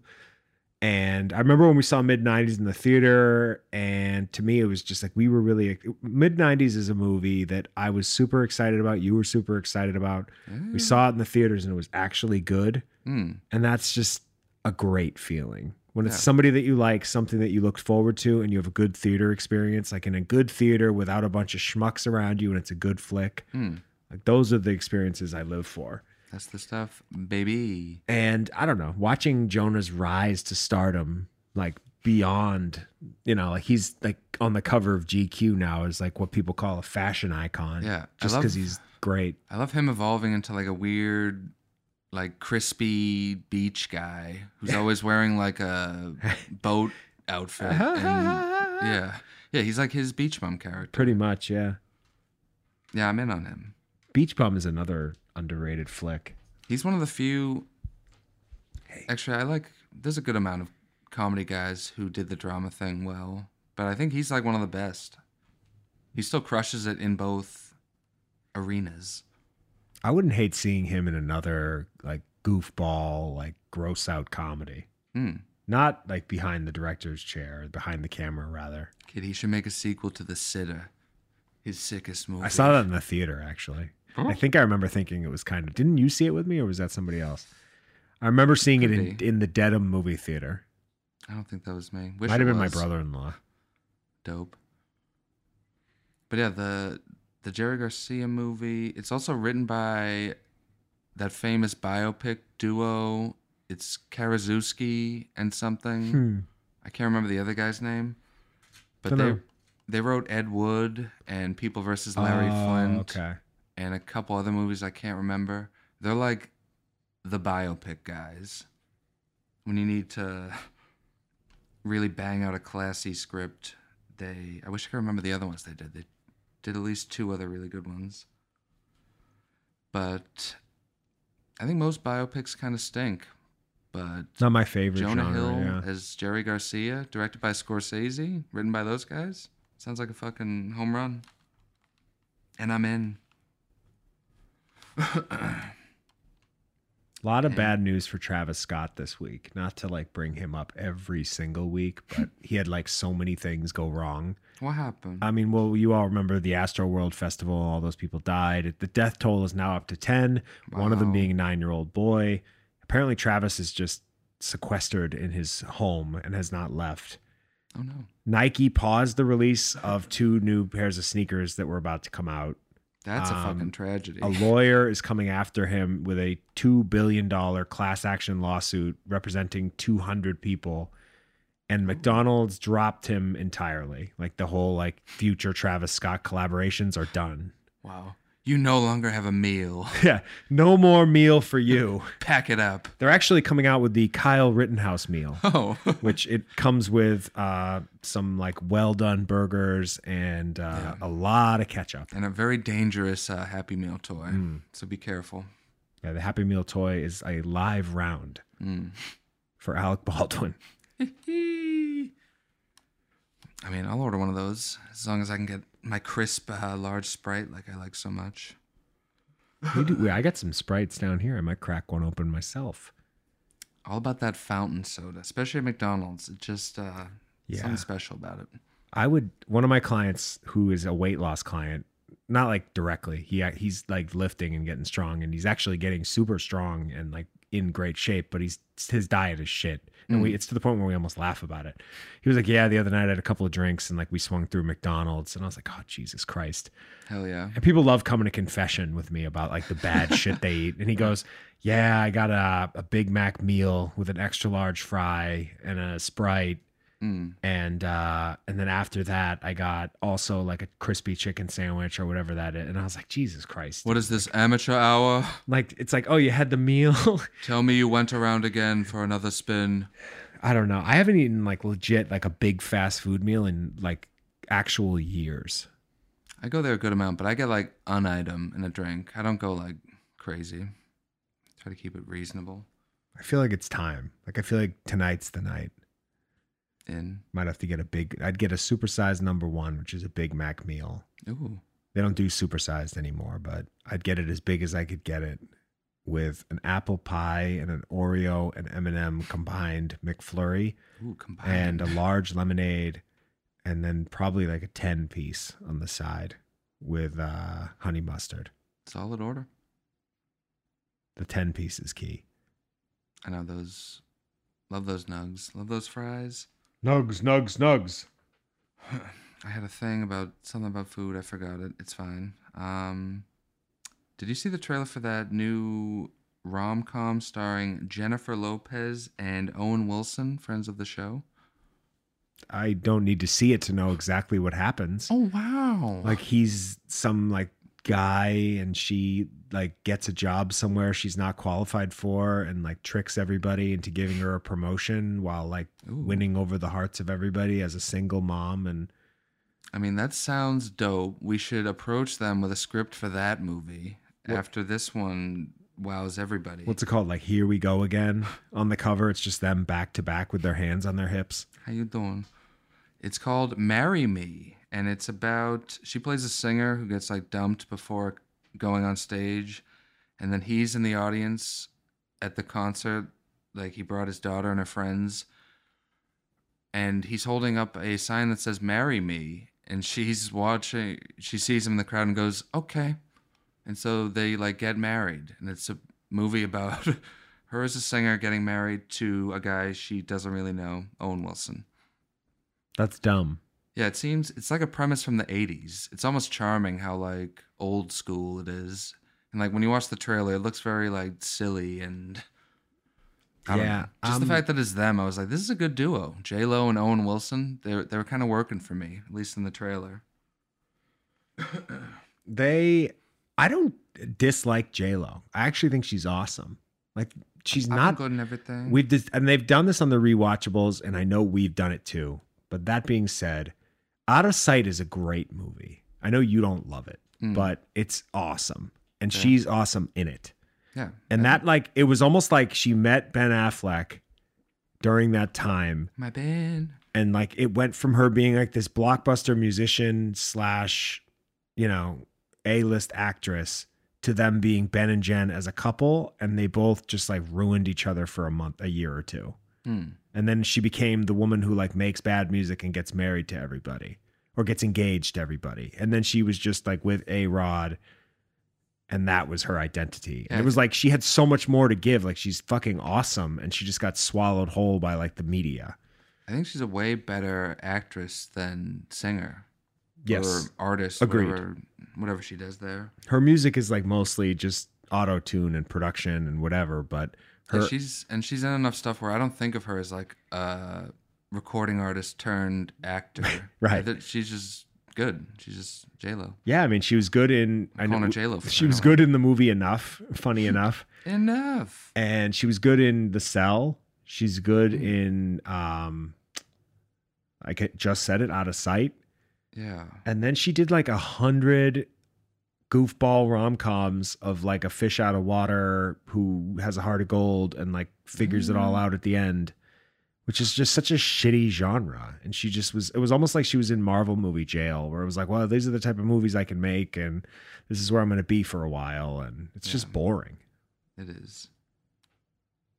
S6: And I remember when we saw mid '90s in the theater, and to me it was just like we were really mid '90s is a movie that I was super excited about. You were super excited about.
S4: Mm.
S6: We saw it in the theaters, and it was actually good.
S4: Hmm.
S6: And that's just a great feeling. When it's
S4: Yeah.
S6: somebody that you like, something that you looked forward to, and you have a good theater experience, like in a good theater without a bunch of schmucks around you, and it's a good flick.
S4: Hmm.
S6: Like those are the experiences I live for.
S4: That's the stuff, baby.
S6: And I don't know, watching Jonah's rise to stardom, like beyond, you know, like he's like on the cover of GQ now is like what people call a fashion icon.
S4: Yeah, I
S6: Just
S4: love-
S6: because he's great.
S4: I love him evolving into like a weird, like crispy beach guy who's always wearing like a boat outfit. and- yeah, yeah, he's like his beach bum character.
S6: Pretty much, yeah.
S4: Yeah, I'm in on him.
S6: Beach Bum is another underrated flick.
S4: He's one of the few. Actually, I like. There's a good amount of comedy guys who did the drama thing well, but I think he's like one of the best. He still crushes it in both arenas.
S6: I wouldn't hate seeing him in another like goofball, like gross out comedy.
S4: Hmm.
S6: Not like behind the director's chair, behind the camera rather.
S4: Kid, he should make a sequel to The Sitter, his sickest movie.
S6: I saw that in the theater actually. I think I remember thinking it was kind of didn't you see it with me or was that somebody else? I remember seeing it in,
S4: Could be.
S6: in the Dedham movie theater.
S4: I don't think that was me. Wish
S6: Might
S4: it
S6: have been my
S4: was.
S6: brother in law.
S4: Dope. But yeah, the the Jerry Garcia movie. It's also written by that famous biopic duo. It's Karaszewski and something.
S6: Hmm.
S4: I can't remember the other guy's name. But they
S6: Dunno.
S4: they wrote Ed Wood and People versus Larry
S6: Oh,
S4: Flint
S6: Okay.
S4: and a couple other movies I can't remember. They're like the biopic guys. When you need to really bang out a classy script, they I wish I could remember the other ones they did. They did at least two other really good ones. But I think most biopics kind of stink. But
S6: Not my favorite
S4: Jonah
S6: genre.
S4: Hill
S6: yeah.
S4: as Jerry Garcia, directed by Scorsese, written by those guys. Sounds like a fucking home run. And I'm in.
S6: A lot of bad news for Travis Scott this week. Not to like bring him up every single week, but he had like so many things go wrong.
S4: What happened?
S6: I mean, well, you all remember the Astro World Festival. All those people died. The death toll is now up to 10, one of them
S4: Wow.
S6: being a nine year old boy. Apparently, Travis is just sequestered in his home and has not left.
S4: oh no.
S6: Nike paused the release of two new pairs of sneakers that were about to come out.
S4: That's a
S6: Um,
S4: fucking tragedy.
S6: A lawyer is coming after him with a $2 billion class action lawsuit representing 200 people. And McDonald's dropped him entirely. Like the whole like future Travis Scott collaborations are done.
S4: wow. You no longer have a meal.
S6: Yeah, no more meal for you.
S4: Pack it up.
S6: They're actually coming out with the Kyle Rittenhouse meal,
S4: Oh.
S6: which it comes with uh, some like well done burgers and uh, a lot of ketchup.
S4: and a very dangerous uh, Happy Meal toy.
S6: Hmm.
S4: So be careful.
S6: Yeah, the Happy Meal toy is a live round for Alec Baldwin.
S4: I mean, I'll order one of those as long as I can get my crisp uh, large Sprite like I like so much.
S6: We do, we- I got some sprites down here. I might crack one open myself.
S4: All about that fountain soda, especially at McDonald's. It just uh,
S6: Yeah.
S4: something special about it.
S6: I would. One of my clients who is a weight loss client, not like directly. He he's like lifting and getting strong, and he's actually getting super strong and like in great shape. But he's his diet is shit, and we it's to the point where we almost laugh about it. He was like, "Yeah, the other night I had a couple of drinks, and like we swung through McDonald's, and I was like, oh Jesus Christ."
S4: Hell yeah.
S6: And people love coming to confession with me about like the bad shit they eat. And he goes, "Yeah, I got a, a Big Mac meal with an extra large fry and a Sprite,
S4: Mm.
S6: and uh, and then after that, I got also like a crispy chicken sandwich or whatever that is." And I was like, "Jesus Christ!"
S4: What is this amateur hour?
S6: Like it's like, "Oh, you had the meal."
S4: Tell me you went around again for another spin.
S6: I don't know. I haven't eaten like legit like a big fast food meal in like actual years.
S4: I go there a good amount, but I get like an item and a drink. I don't go like crazy. Try to keep it reasonable.
S6: I feel like it's time. Like I feel like tonight's the night.
S4: In
S6: Might have to get a big. I'd get a supersized number one, which is a Big Mac meal.
S4: ooh,
S6: They don't do supersized anymore, but I'd get it as big as I could get it, with an apple pie and an Oreo and M and m combined McFlurry
S4: ooh, combined.
S6: and a large lemonade, and then probably like a ten piece on the side with uh, honey mustard.
S4: solid order.
S6: The ten piece is key.
S4: I know those. Love those nugs. Love those fries.
S5: Nugs, nugs, nugs.
S4: I had a thing about something about food. I forgot it. It's fine. Um, did you see the trailer for that new rom com starring Jennifer Lopez and Owen Wilson, friends of the show?
S6: I don't need to see it to know exactly what happens.
S4: Oh wow!
S6: like he's some like guy and she like gets a job somewhere she's not qualified for and like tricks everybody into giving her a promotion while like
S4: Ooh.
S6: winning over the hearts of everybody as a single mom and
S4: I mean, that sounds dope. We should approach them with a script for that movie after this one wows everybody.
S6: what's it called like here we go again on the cover it's just them back to back with their hands on their hips
S4: How you doing? It's called Marry Me, and it's about she plays a singer who gets like dumped before going on stage, and then he's in the audience at the concert. Like he brought his daughter and her friends, and he's holding up a sign that says "Marry Me," and she's watching. She sees him in the crowd and goes, "Okay," and so they like get married, and it's a movie about. her as a singer getting married to a guy she doesn't really know, Owen Wilson.
S6: that's dumb
S4: Yeah, it seems it's like a premise from the 80s. It's almost charming how like old school it is. And like when you watch the trailer, it looks very like silly and I don't
S6: Yeah,
S4: know. Just
S6: um,
S4: the fact that it's them, I was like, this is a good duo. J Lo and Owen Wilson. They were- they were kind of working for me, at least in the trailer.
S6: They, I don't dislike J Lo. I actually think she's awesome. Like she's
S4: I've been
S6: not
S4: good and everything.
S6: We've dis- and they've done this on the rewatchables, and I know we've done it too. But that being said, Out of Sight is a great movie. I know you don't love it,
S4: Mm.
S6: but it's awesome, and she's awesome in it.
S4: yeah.
S6: And that like it was almost like she met Ben Affleck during that time,
S4: my band.
S6: and like it went from her being like this blockbuster musician slash, you know, A list actress to them being Ben and Jen as a couple, and they both just like ruined each other for a month, a year or two
S4: Hmm.
S6: and then she became the woman who like makes bad music and gets married to everybody or gets engaged to everybody and then she was just like with a rod and that was her identity and it
S4: Yeah.
S6: was like she had so much more to give like she's fucking awesome and she just got swallowed whole by like the media
S4: I think she's a way better actress than singer.
S6: yes
S4: Or artist.
S6: Agreed.
S4: Whatever, whatever she does there.
S6: her music is like mostly just auto tune and production and whatever but her
S4: Like, she's and she's in enough stuff where I don't think of her as like a recording artist turned actor.
S6: Right.
S4: I think She's just good. She's just J Lo.
S6: yeah i mean she was good in i
S4: calling
S6: know
S4: her J-Lo for
S6: she
S4: now.
S6: was good in the movie enough funny enough
S4: Enough.
S6: and she was good in the cell she's good
S4: Mm.
S6: in um i ca- just said it out of sight
S4: Yeah.
S6: and then she did like a hundred goofball rom-coms of like a fish out of water who has a heart of gold and like figures it all out at the end which is just such a shitty genre and she just was it was almost like she was in marvel movie jail where it was like well these are the type of movies i can make and this is where i'm going to be for a while and it's just
S4: Yeah.
S6: boring
S4: It is.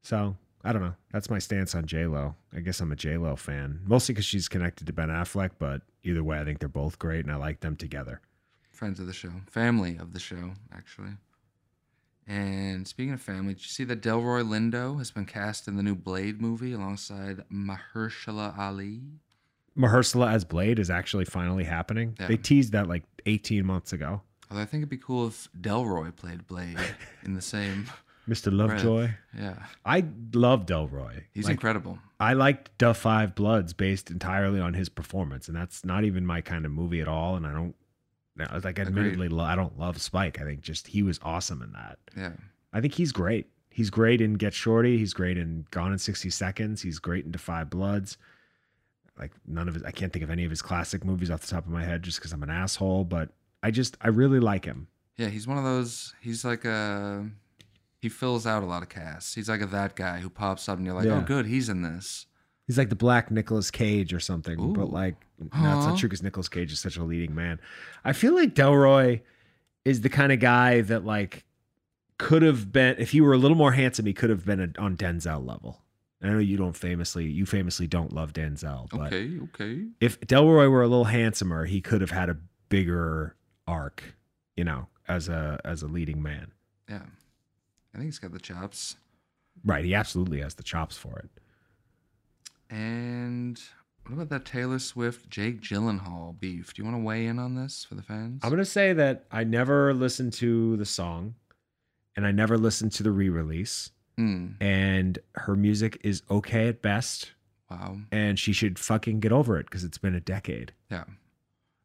S6: so I don't know. That's my stance on J Lo. I guess I'm a J Lo fan, mostly because she's connected to Ben Affleck. But either way, I think they're both great, and I like them together.
S4: Friends of the show. Family of the show, actually. And speaking of family, did you see that Delroy Lindo has been cast in the new Blade movie alongside Mahershala Ali?
S6: Mahershala as Blade is actually finally happening.
S4: Yeah.
S6: They teased that like 18 months ago.
S4: Although I think it'd be cool if Delroy played Blade in the same.
S6: Mr. Lovejoy.
S4: breath. Yeah.
S6: I love Delroy.
S4: He's
S6: Like,
S4: incredible.
S6: I liked Da Five Bloods based entirely on his performance, and that's not even my kind of movie at all. And I don't, no, like, admittedly, lo- I don't love Spike. I think just he was awesome in that.
S4: Yeah.
S6: I think he's great. He's great in Get Shorty. He's great in Gone in 60 Seconds. He's great in Defy Bloods. Like none of his, I can't think of any of his classic movies off the top of my head just because I'm an asshole, but I just, I really like him.
S4: Yeah, he's one of those. He's like a. He fills out a lot of casts. He's like a that guy who pops up and you're like,
S6: Yeah.
S4: oh, good, he's in this.
S6: He's like the black Nicolas Cage or something, but
S4: Ooh.
S6: like, no, it's
S4: Aw.
S6: not true because Nicolas Cage is such a leading man. I feel like Delroy is the kind of guy that like could have been, if he were a little more handsome, he could have been a, on Denzel level. And I know you don't famously, you famously don't love Denzel, but
S4: Okay, okay.
S6: if Delroy were a little handsomer, he could have had a bigger arc, you know, as a as a leading man.
S4: Yeah, I think he's got the chops.
S6: Right, he absolutely has the chops for it.
S4: And what about that Taylor Swift Jake Gyllenhaal beef? Do you want to weigh in on this for the fans?
S6: I'm gonna say that I never listened to the song, and I never listened to the re-release.
S4: Hmm,
S6: And her music is okay at best,
S4: wow.
S6: and she should fucking get over it because it's been a decade.
S4: Yeah,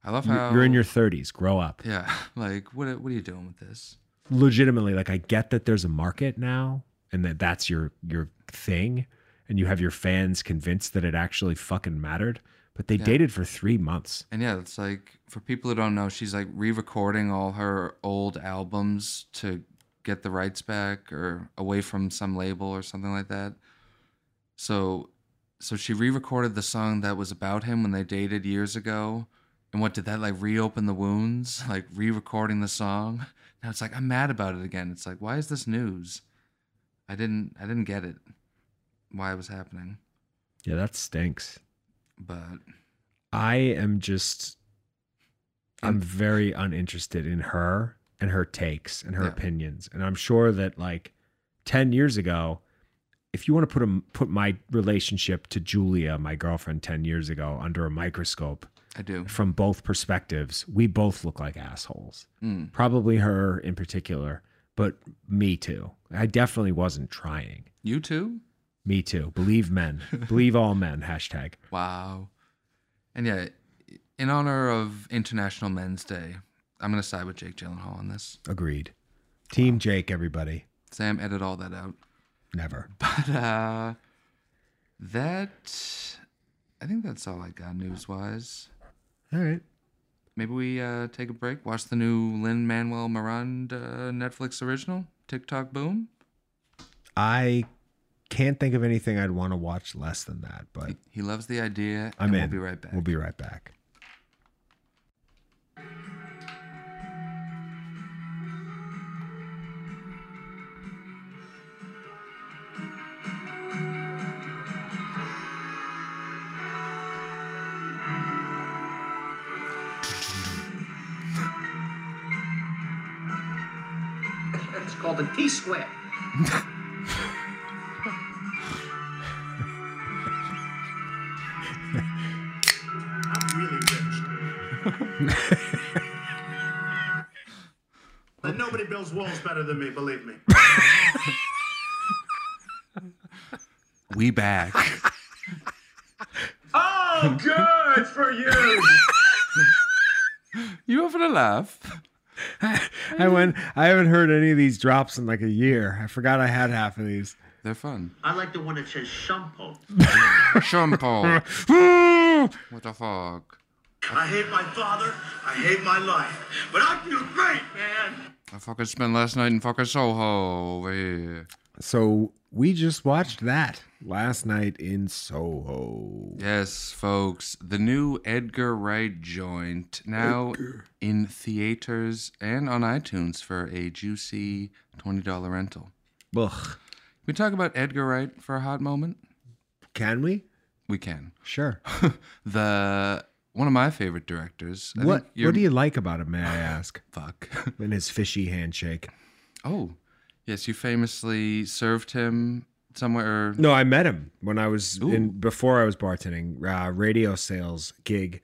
S4: I love
S6: You-
S4: how
S6: You're in your 30s. Grow up.
S4: yeah. Like, what what are you doing with this?
S6: legitimately like I get that there's a market now and that that's your your thing and you have your fans convinced that it actually fucking mattered, but they
S4: Yeah.
S6: dated for 3 months.
S4: And yeah, it's like for people who don't know, she's like re-recording all her old albums to get the rights back or away from some label or something like that. So so she re-recorded the song that was about him when they dated years ago. And what did that like reopen the wounds? Like re-recording the song. Now it's like I'm mad about it again. It's like why is this news? I didn't I didn't get it why it was happening.
S6: Yeah, that stinks.
S4: But
S6: I am just I'm very uninterested in her and her takes and her
S4: Yeah.
S6: opinions. And I'm sure that like 10 years ago, if you want to put a, put my relationship to Julia, my girlfriend 10 years ago under a microscope,
S4: I do.
S6: from both perspectives, we both look like assholes.
S4: Hmm.
S6: Probably her in particular, but me too. I definitely wasn't trying.
S4: You too?
S6: Me too. Believe men. Believe all men. Hashtag.
S4: Wow. And yeah, in honor of International Men's Day, I'm going to side with Jake Gyllenhaal on this.
S6: Agreed. Team Jake, everybody.
S4: Sam, edit all that out.
S6: Never.
S4: But uh, that, I think that's all I got news wise.
S6: All right.
S4: Maybe we uh, take a break, watch the new Lin Manuel Miranda Netflix original, TikTok Boom.
S6: I can't think of anything I'd want to watch less than that, but
S4: He loves the idea.
S6: I'm
S4: and
S6: in.
S4: We'll be right back.
S6: We'll be right back.
S8: It's called a T square.
S2: I'm really rich. and nobody builds walls better than me, believe me.
S4: we back.
S2: Oh, good for you.
S4: you having a laugh?
S6: I went. I haven't heard any of these drops in like a year. I forgot I had half of these.
S4: They're fun.
S8: I like the one that says shampoo.
S4: Shampoo.
S6: Woo!
S4: what the fuck?
S2: I hate my father. I hate my life. But I feel great, man.
S4: I fucking spent last night in fucking Soho over here.
S6: So we just watched that last night in Soho.
S4: Yes, folks, the new Edgar Wright joint now in theaters and on iTunes for a juicy $20 rental.
S6: Ugh.
S4: Can we talk about Edgar Wright for a hot moment?
S6: Can we?
S4: We can.
S6: Sure.
S4: the one of my favorite directors. I
S6: What
S4: think you're-
S6: What do you like about him? May I ask?
S4: fuck?
S6: And his fishy handshake.
S4: oh, yes, you famously served him somewhere.
S6: No, I met him when I was in
S4: Ooh.
S6: before I was bartending, uh, radio sales gig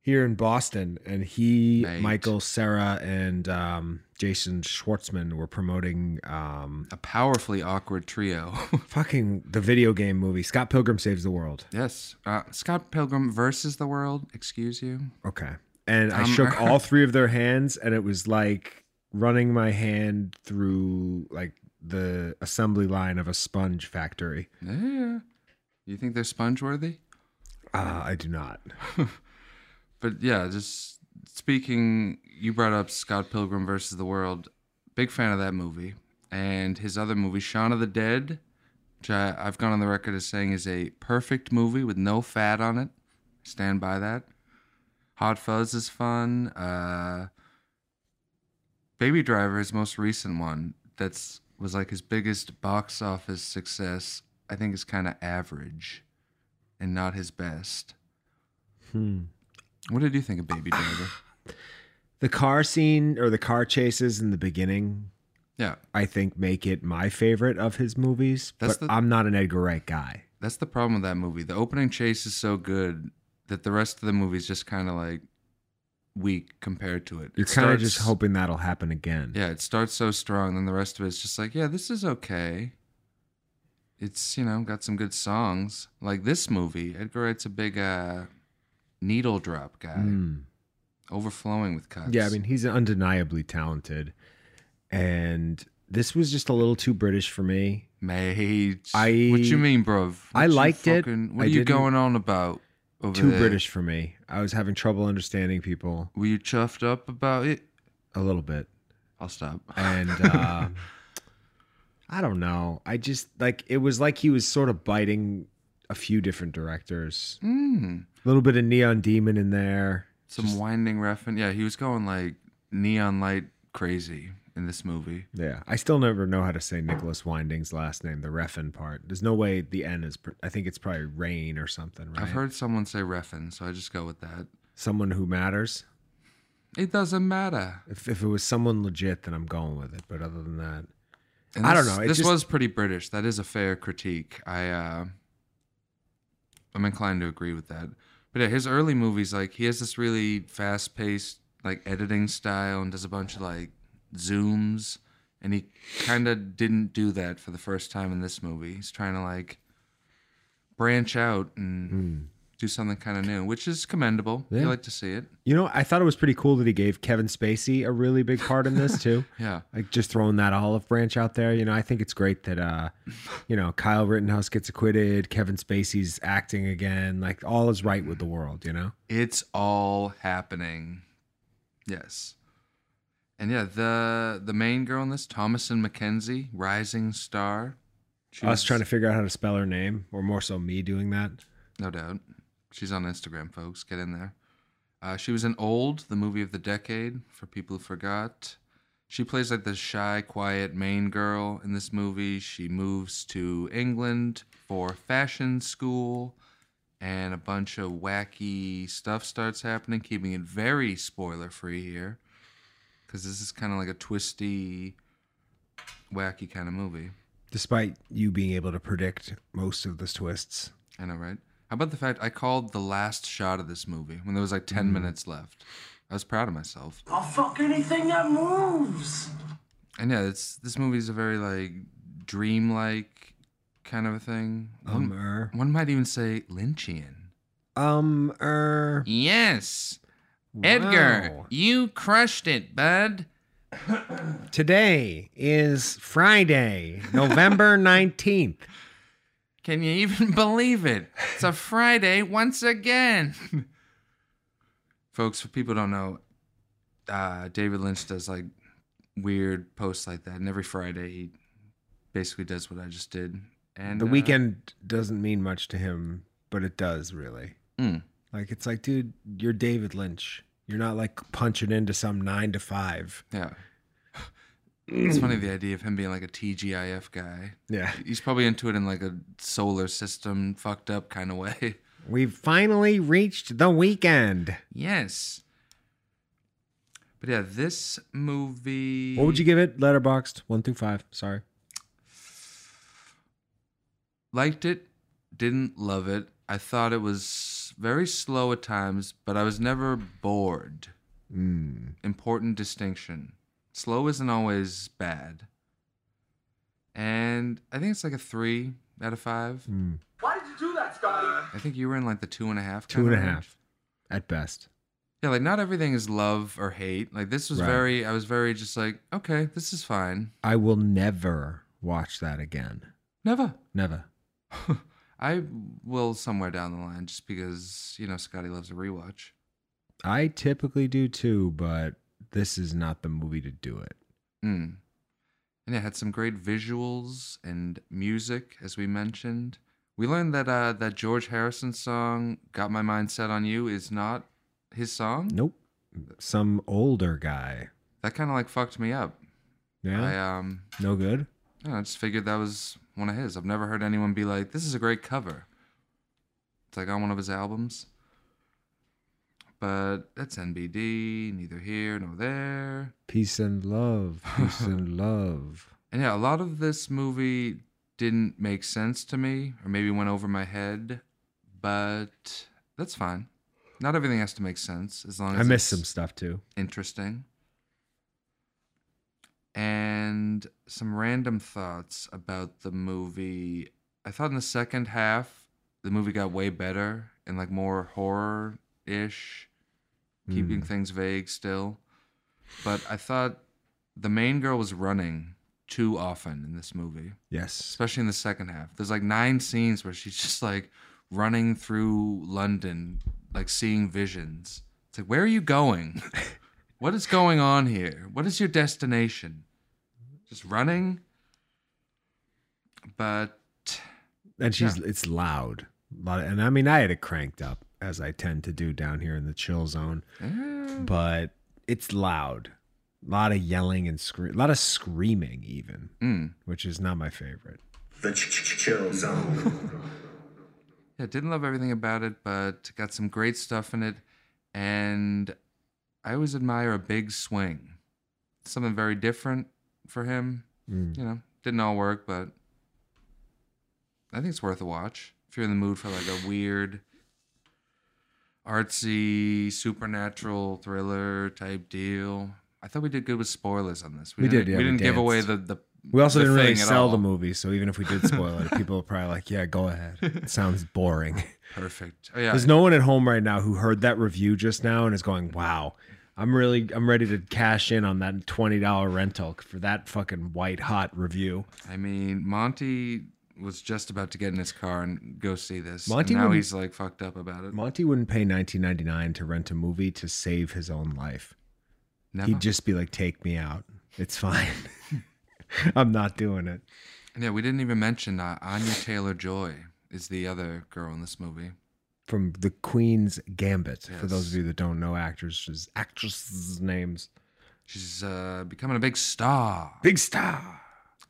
S6: here in Boston, and he,
S4: Mate.
S6: Michael, Sarah, and um, Jason Schwartzman were promoting um,
S4: A powerfully awkward trio.
S6: fucking the video game movie Scott Pilgrim Saves the World.
S4: yes, uh, Scott Pilgrim versus the World. Excuse you.
S6: Okay, and I
S4: Tom
S6: shook
S4: Hanks.
S6: all three of their hands, and it was like running my hand through like the assembly line of a sponge factory.
S4: Yeah. You think they're sponge worthy?
S6: Uh, I do not.
S4: But yeah, just speaking, you brought up Scott Pilgrim versus the World. Big fan of that movie. And his other movie, Shaun of the Dead, which I, I've gone on the record as saying is a perfect movie with no fat on it. Stand by that. Hot Fuzz is fun. Uh, Baby Driver, his most recent one, that's was like his biggest box office success. I think is kind of average, and not his best. Hmm. What did you think of Baby Driver?
S6: The car scene or the car chases in the beginning
S4: yeah,
S6: I think make it my favorite of his movies.
S4: That's
S6: but
S4: the-
S6: I'm not an Edgar Wright guy.
S4: that's the problem with that movie. The opening chase is so good that the rest of the movie is just kind of like weak compared to it.
S6: You're
S4: It
S6: kind of just
S4: starts-
S6: hoping that'll happen again.
S4: Yeah, it starts so strong, then the rest of it's just like, yeah, this is okay. It's you know got some good songs like this movie. Edgar Wright's a big uh, needle drop guy,
S6: Mm.
S4: overflowing with cuts.
S6: Yeah, I mean he's undeniably talented, and this was just a little too British for me.
S4: mate.
S6: I-
S4: what you mean, bruv?
S6: I
S4: What you
S6: liked it.
S4: fucking- What
S6: I
S4: are you
S6: didn't-
S4: going on about? Over
S6: Too
S4: there?
S6: British for me. I was having trouble understanding people
S4: Were you chuffed up about it?
S6: a little bit,
S4: I'll stop.
S6: and uh, I don't know. I just like it was like he was sort of biting a few different directors.
S4: Mm.
S6: A little bit of Neon Demon in there.
S4: Some winding ref and yeah, he was going like neon light crazy in this movie.
S6: Yeah, I still never know how to say Nicholas Winding's last name, the Refin part. There's no way the N is. pr- I think it's probably Rain or something. Right?
S4: I've heard someone say refin, so I just go with that.
S6: someone who matters.
S4: It doesn't matter.
S6: If if it was someone legit, then I'm going with it. But other than that,
S4: And
S6: I don't
S4: this-
S6: know, it
S4: This
S6: just-
S4: was pretty British. That is a fair critique. I uh, I'm inclined to agree with that. But yeah, his early movies, like he has this really fast-paced like editing style and does a bunch of like zooms, and he kind of didn't do that for the first time in this movie. He's trying to like branch out and do something kind of new, which is commendable.
S6: Hmm. Yeah.
S4: You like to see it,
S6: You know, I thought it was pretty cool that he gave Kevin Spacey a really big part in this too.
S4: yeah.
S6: Like just throwing that olive branch out there. You know, I think it's great that uh, you know, Kyle Rittenhouse gets acquitted, Kevin Spacey's acting again, like all is right with the world, you know?
S4: It's all happening. Yes. And yeah, the the main girl in this, Thomason McKenzie, rising star. She
S6: Us Oh, trying to figure out how to spell her name, or more so me doing that.
S4: No doubt. She's on Instagram, folks. Get in there. Uh, she was in Old, the movie of the decade, for people who forgot. She plays like the shy, quiet Maine girl in this movie. She moves to England for fashion school, and a bunch of wacky stuff starts happening, keeping it very spoiler free here. Because this is kind of like a twisty, wacky kind of movie.
S6: Despite you being able to predict most of the twists.
S4: I know, right? How about the fact I called the last shot of this movie when there was like 10 minutes left? I was proud of myself.
S9: I'll fuck anything that moves.
S4: And yeah, it's this movie's a very like dreamlike kind of a thing. One-
S6: Ummer.
S4: One might even say Lynchian.
S6: Um er
S4: Yes.
S6: Wow.
S4: you crushed it, bud.
S6: Today is Friday, November 19th.
S4: Can you even believe it? It's a Friday once again. Folks, for people who don't know, uh, David Lynch does like weird posts like that. And every Friday, he basically does what I just did. And
S6: The
S4: uh,
S6: weekend doesn't mean much to him, but it does really.
S4: Mm.
S6: Like it's like, dude, you're David Lynch. You're not like punching into some nine to five.
S4: Yeah. It's funny the idea of him being like a TGIF guy.
S6: Yeah.
S4: He's probably into it in like a solar system fucked up kind of way.
S6: We've finally reached the weekend.
S4: Yes. But yeah, this movie.
S6: What would you give it? Letterboxed one through five. Sorry.
S4: liked it, didn't love it. I thought it was very slow at times, but I was never bored.
S6: Hmm.
S4: Important distinction. Slow isn't always bad. And I think it's like a three out of five.
S6: Hmm.
S9: Why did you do that, Scotty?
S4: I think you were in like the two and a half.
S6: Two
S4: kinda
S6: and a
S4: range.
S6: half at best.
S4: Yeah, like not everything is love or hate. Like this was
S6: Right.
S4: very, I was very just like, okay, this is fine.
S6: I will never watch that again.
S4: Never.
S6: Never.
S4: I will somewhere down the line just because, you know, Scotty loves a rewatch.
S6: I typically do too, but this is not the movie to do it.
S4: Mm. And it had some great visuals and music, as we mentioned. We learned that uh, that George Harrison song "Got My Mind Set on You" is not his song.
S6: Nope. Some older guy.
S4: That kind of like fucked me up.
S6: Yeah.
S4: I um,
S6: no good.
S4: I don't know, I just figured that was one of his. I've never heard anyone be like, "This is a great cover." It's like on one of his albums. But that's NBD. Neither here nor there.
S6: Peace and love. Peace and love.
S4: And yeah, a lot of this movie didn't make sense to me, or maybe went over my head, but that's fine. Not everything has to make sense as long as
S6: I missed some
S4: it's
S6: stuff too.
S4: interesting. And some random thoughts about the movie. I thought in the second half, the movie got way better and like more horror ish, keeping things vague still. But I thought the main girl was running too often in this movie,
S6: Yes.
S4: especially in the second half. There's like nine scenes where she's just like running through London, like seeing visions. It's like, where are you going? what is going on here? What is your destination? Just running? But
S6: And she's it's loud. A lot of- and I mean I had it cranked up as I tend to do down here in the chill zone.
S4: Mm.
S6: But it's loud. A lot of yelling and scream a lot of screaming even,
S4: Mm.
S6: which is not my favorite.
S10: The ch- ch- chill zone.
S4: Yeah, didn't love everything about it, but got some great stuff in it. And I always admire a big swing. Something very different for him.
S6: Mm.
S4: You know, didn't all work, but I think it's worth a watch. If you're in the mood for like a weird artsy supernatural thriller type deal. I thought we did good with spoilers on this.
S6: We did,
S4: didn't-
S6: yeah,
S4: we
S6: we
S4: didn't give
S6: danced.
S4: away the the.
S6: We also
S4: the
S6: didn't really
S4: thing at
S6: sell
S4: all.
S6: the movie, so even if we did spoil it, people are probably like, "Yeah, go ahead." It sounds boring.
S4: Perfect. Oh, yeah.
S6: There's no one at home right now who heard that review just now and is going, "Wow, I'm really, I'm ready to cash in on that twenty dollar rental for that fucking white hot review."
S4: I mean, Monty was just about to get in his car and go see this.
S6: Monty
S4: Monty now
S6: wouldn't-
S4: he's like fucked up about it.
S6: Monty wouldn't pay 19.99 to rent a movie to save his own life.
S4: Never.
S6: He'd just be like, "Take me out. It's fine. I'm not doing it."
S4: yeah, we didn't even mention uh, Anya Taylor Joy is the other girl in this movie.
S6: From the Queen's Gambit, for those of
S4: Yes.
S6: you that don't know actors, actresses' names.
S4: She's uh, becoming a big star.
S6: Big star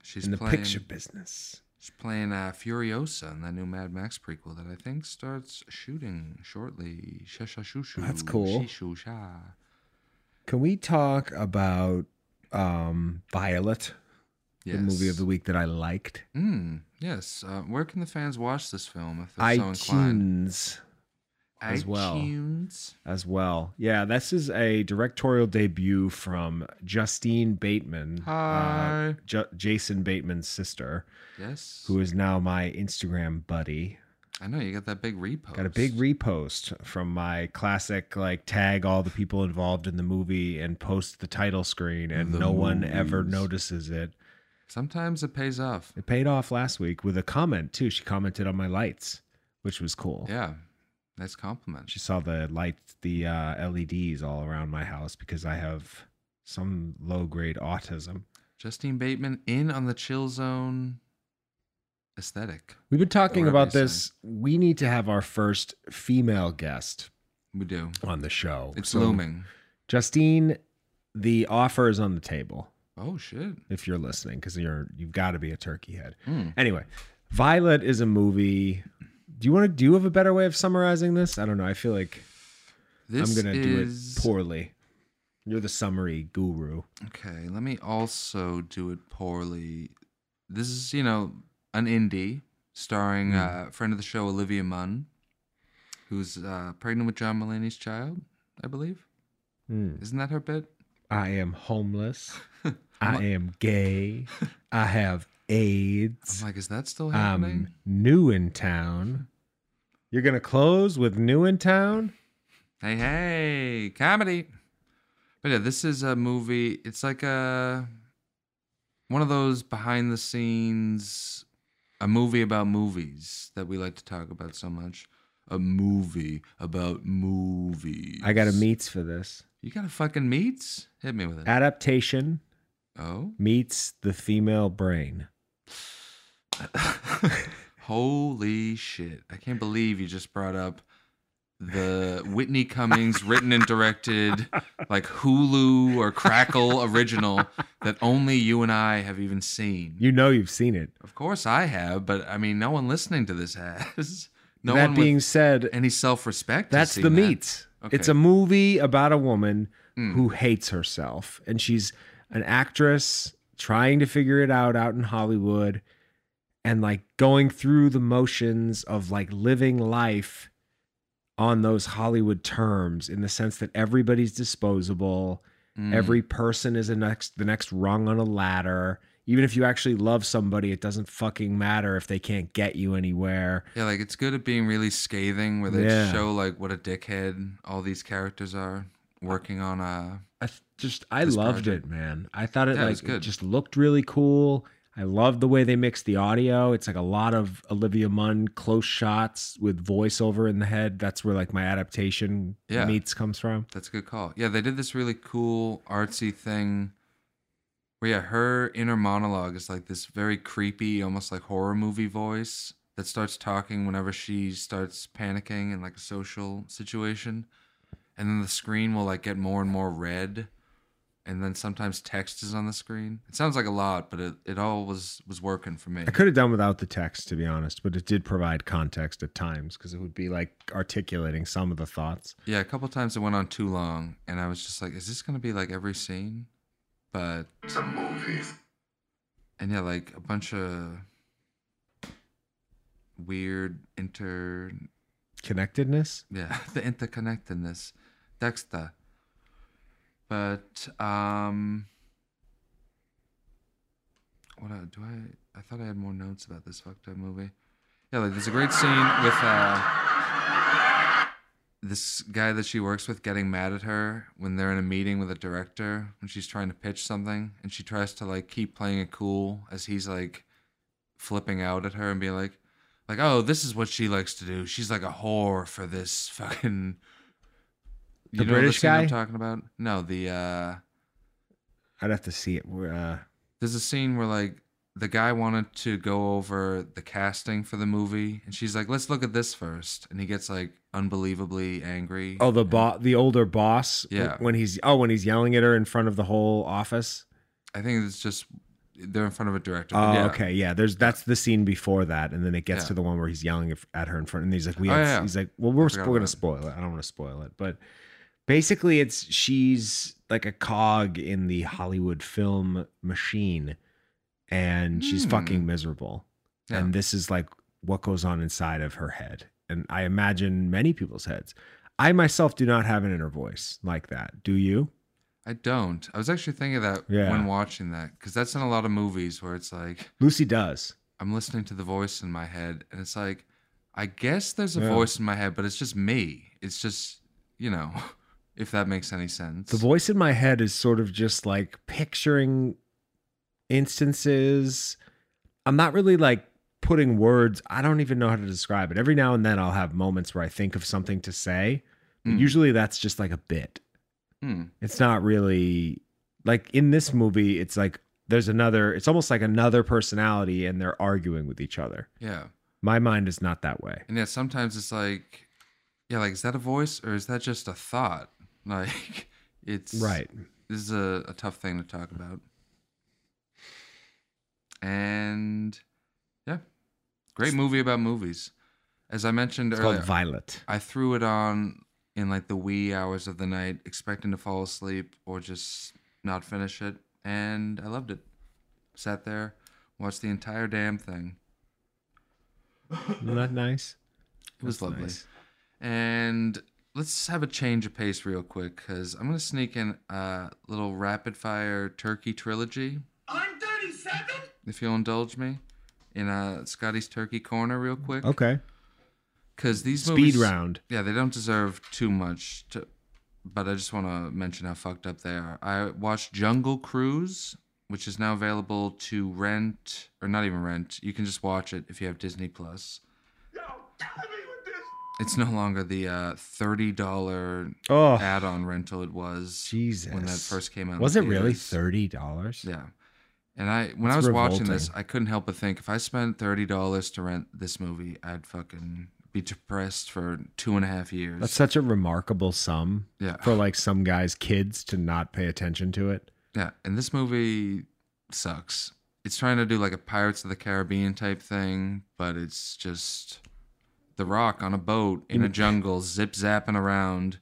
S4: She's
S6: in the
S4: playing,
S6: picture business.
S4: She's playing uh, Furiosa in that new Mad Max prequel that I think starts shooting shortly. Sheshashushu.
S6: That's cool.
S4: Shishusha.
S6: Can we talk about um, Violet,
S4: Yes.
S6: the movie of the week that I liked?
S4: Mm, yes. Uh, where can the fans watch this film if they're so inclined?
S6: iTunes as well.
S4: iTunes.
S6: as well. Yeah, this is a directorial debut from Justine Bateman, uh,
S4: Hi.
S6: Ju- Jason Bateman's sister,
S4: Yes.
S6: who is now my Instagram buddy.
S4: I know you got that big repost.
S6: Got a big repost from my classic, like tag all the people involved in the movie and post the title screen, and
S4: The
S6: no one ever
S4: movies.
S6: notices it.
S4: Sometimes it pays off.
S6: It paid off last week with a comment too. She commented on my lights, which was cool.
S4: Yeah. Nice compliment.
S6: She saw the lights, the uh, LEDs all around my house because I have some low grade autism.
S4: Justine Bateman in on the chill zone aesthetic.
S6: We've been talking
S4: Whatever
S6: about
S4: you
S6: this. We need to have our first female guest
S4: We do.
S6: on the show.
S4: It's
S6: So,
S4: looming.
S6: Justine, the offer is on the table
S4: Oh shit.
S6: if you're listening because you're you've got to be a turkey head.
S4: Mm.
S6: Anyway, Violet is a movie. Do you want to? Do you have a better way of summarizing this? I don't know. I feel like
S4: This
S6: I'm gonna
S4: is...
S6: do it poorly. You're the summary guru.
S4: Okay, let me also do it poorly. This is, you know, an indie
S6: Hmm.
S4: starring uh, a friend of the show, Olivia Munn, who's uh, pregnant with John Mulaney's child, I believe.
S6: Hmm.
S4: Isn't that her bit?
S6: I am homeless. I am gay. I have AIDS.
S4: I'm like, is that
S6: Um,
S4: still happening?
S6: I'm new in town. You're going to close with new in town?
S4: Hey, hey, comedy. But yeah, this is a movie. It's like a one of those behind the scenes, a movie about movies that we like to talk about so much. A movie about movies.
S6: I got a meets for this.
S4: You got a fucking meets? Hit me
S6: Uh,
S4: with it.
S6: Adaptation
S4: oh,
S6: meets the female brain.
S4: holy shit! I can't believe you just brought up the Whitney Cummings written and directed, like Hulu or Crackle original that only you and I have even seen.
S6: You know you've seen it.
S4: of course, I have, but I mean, no one listening to this has. No
S6: that
S4: one
S6: being
S4: with
S6: said,
S4: any self-respect. has
S6: that's
S4: seen
S6: the
S4: that.
S6: meets.
S4: Okay. Mm.
S6: It's a movie about a woman who hates herself and she's an actress trying to figure it out out in Hollywood and like going through the motions of like living life on those Hollywood terms in the sense that everybody's disposable,
S4: Mm.
S6: every person is a next the next rung on a ladder. Even if you actually love somebody, it doesn't fucking matter if they can't get you anywhere.
S4: Yeah, like it's good at being really scathing, where they
S6: Yeah.
S4: just show like what a dickhead all these characters are working on uh, a.
S6: I th- just I
S4: this
S6: loved
S4: project.
S6: it, man. I thought it
S4: Yeah, it
S6: like
S4: was
S6: it
S4: good.
S6: just looked really cool. I love the way they mixed the audio. It's like a lot of Olivia Munn close shots with voiceover in the head. That's where like my adaptation
S4: Yeah.
S6: meets comes from.
S4: That's a good call. Yeah, they did this really cool artsy thing. Where yeah, her inner monologue is like this very creepy, almost like horror movie voice that starts talking whenever she starts panicking in like a social situation, and then the screen will like get more and more red, and then sometimes text is on the screen. It sounds like a lot, but it, it all was was working for me.
S6: I could have done without the text to be honest, but it did provide context at times because it would be like articulating some of the thoughts.
S4: Yeah, a couple times it went on too long, and I was just like, "Is this gonna be like every scene?" But
S10: Some movies.
S4: and yeah, like a bunch of weird inter
S6: Connectedness?
S4: Yeah, the interconnectedness. Dexter. But um what I- do I I thought I had more notes about this fucked up movie. Yeah, like there's a great scene with uh this guy that she works with getting mad at her when they're in a meeting with a director when she's trying to pitch something and she tries to like keep playing it cool as he's like flipping out at her and being like like oh this is what she likes to do she's like a whore for this fucking
S6: The British
S4: scene
S6: guy?
S4: I'm talking about no the uh
S6: I'd have to see it. We're, Uh,
S4: there's a scene where like the guy wanted to go over the casting for the movie and she's like let's look at this first and he gets like unbelievably angry
S6: oh, the bo- the older boss. w-
S4: Yeah.
S6: When he's oh, when he's yelling at her in front of the whole office.
S4: i think it's just they're in front of a director but
S6: Oh,
S4: yeah.
S6: okay, yeah. There's that's the scene before that, and then it gets
S4: Yeah.
S6: to the one where he's yelling af- at her in front, and he's like, "We,"
S4: Oh,
S6: have,
S4: yeah.
S6: he's like, "Well, we're,
S4: forgot
S6: we're gonna
S4: about it.
S6: spoil it. I don't want to spoil it, but basically, it's she's like a cog in the Hollywood film machine, and she's
S4: Hmm.
S6: fucking miserable,
S4: Yeah.
S6: and this is like what goes on inside of her head, and I imagine many people's heads. I myself do not have an inner voice like that. Do you?
S4: i don't i was actually thinking of that
S6: Yeah.
S4: when watching that because that's in a lot of movies where it's like
S6: Lucy does.
S4: i'm listening to the voice in my head and it's like i guess there's a
S6: Yeah.
S4: voice in my head but it's just me it's just you know if that makes any sense
S6: The voice in my head is sort of just like picturing instances. I'm not really like putting words. I don't even know how to describe it. Every now and then I'll have moments where I think of something to say. But
S4: Mm.
S6: Usually that's just like a bit.
S4: Hmm.
S6: It's not really like in this movie, it's like there's another, it's almost like another personality and they're arguing with each other.
S4: yeah
S6: My mind is not that way.
S4: And yeah, sometimes it's like, yeah, like is that a voice or is that just a thought? Like, it's
S6: Right.
S4: This is a, a tough thing to talk about. And yeah, great movie about movies. As I mentioned
S6: It's
S4: earlier,
S6: called Violet.
S4: I threw it on in like the wee hours of the night, expecting to fall asleep or just not finish it, and I loved it. Sat there, watched the entire damn thing.
S6: Isn't that nice?
S4: It was lovely.
S6: nice.
S4: And let's have a change of pace real quick because I'm going to sneak in a little rapid fire turkey trilogy,
S2: I'm 37?
S4: if you'll indulge me, in uh, Scotty's Turkey Corner real quick.
S6: Okay.
S4: Because these
S6: Speed
S4: movies-
S6: round.
S4: Yeah, they don't deserve too much, to, but I just want to mention how fucked up they are. I watched Jungle Cruise, which is now available to rent, or not even rent. You can just watch it if you have Disney Plus.
S2: Yo, telling me with this.
S4: It's no longer the uh, thirty dollar
S6: Oh.
S4: add-on rental it was
S6: Jesus.
S4: when that first came out. in
S6: Was it really
S4: theaters.
S6: thirty dollars?
S4: Yeah. And I when I
S6: That's
S4: was watching this, I couldn't help but think if I spent thirty dollars to rent this movie, I'd fucking be depressed for two and a half years.
S6: That's such a remarkable sum
S4: Yeah.
S6: for like some guys' kids to not pay attention to it.
S4: yeah. And this movie sucks. It's trying to do like a Pirates of the Caribbean type thing, but it's just The Rock on a boat in a jungle, zip zapping around.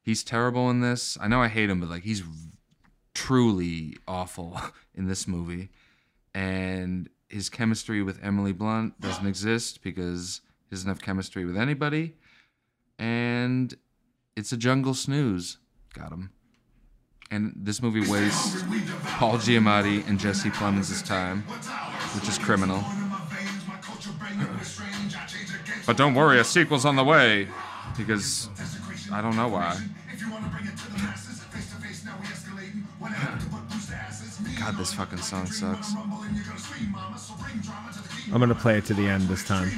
S4: He's terrible in this. I know I hate him, but like he's truly awful in this movie. And his chemistry with Emily Blunt doesn't exist because he doesn't have chemistry with anybody. And it's a jungle snooze. Got him. And this movie wastes Paul Giamatti and Jesse Plemons' time, which is criminal. But don't worry, a sequel's on the way because I don't know why. God, this fucking song sucks.
S6: I'm gonna play it to the end this time.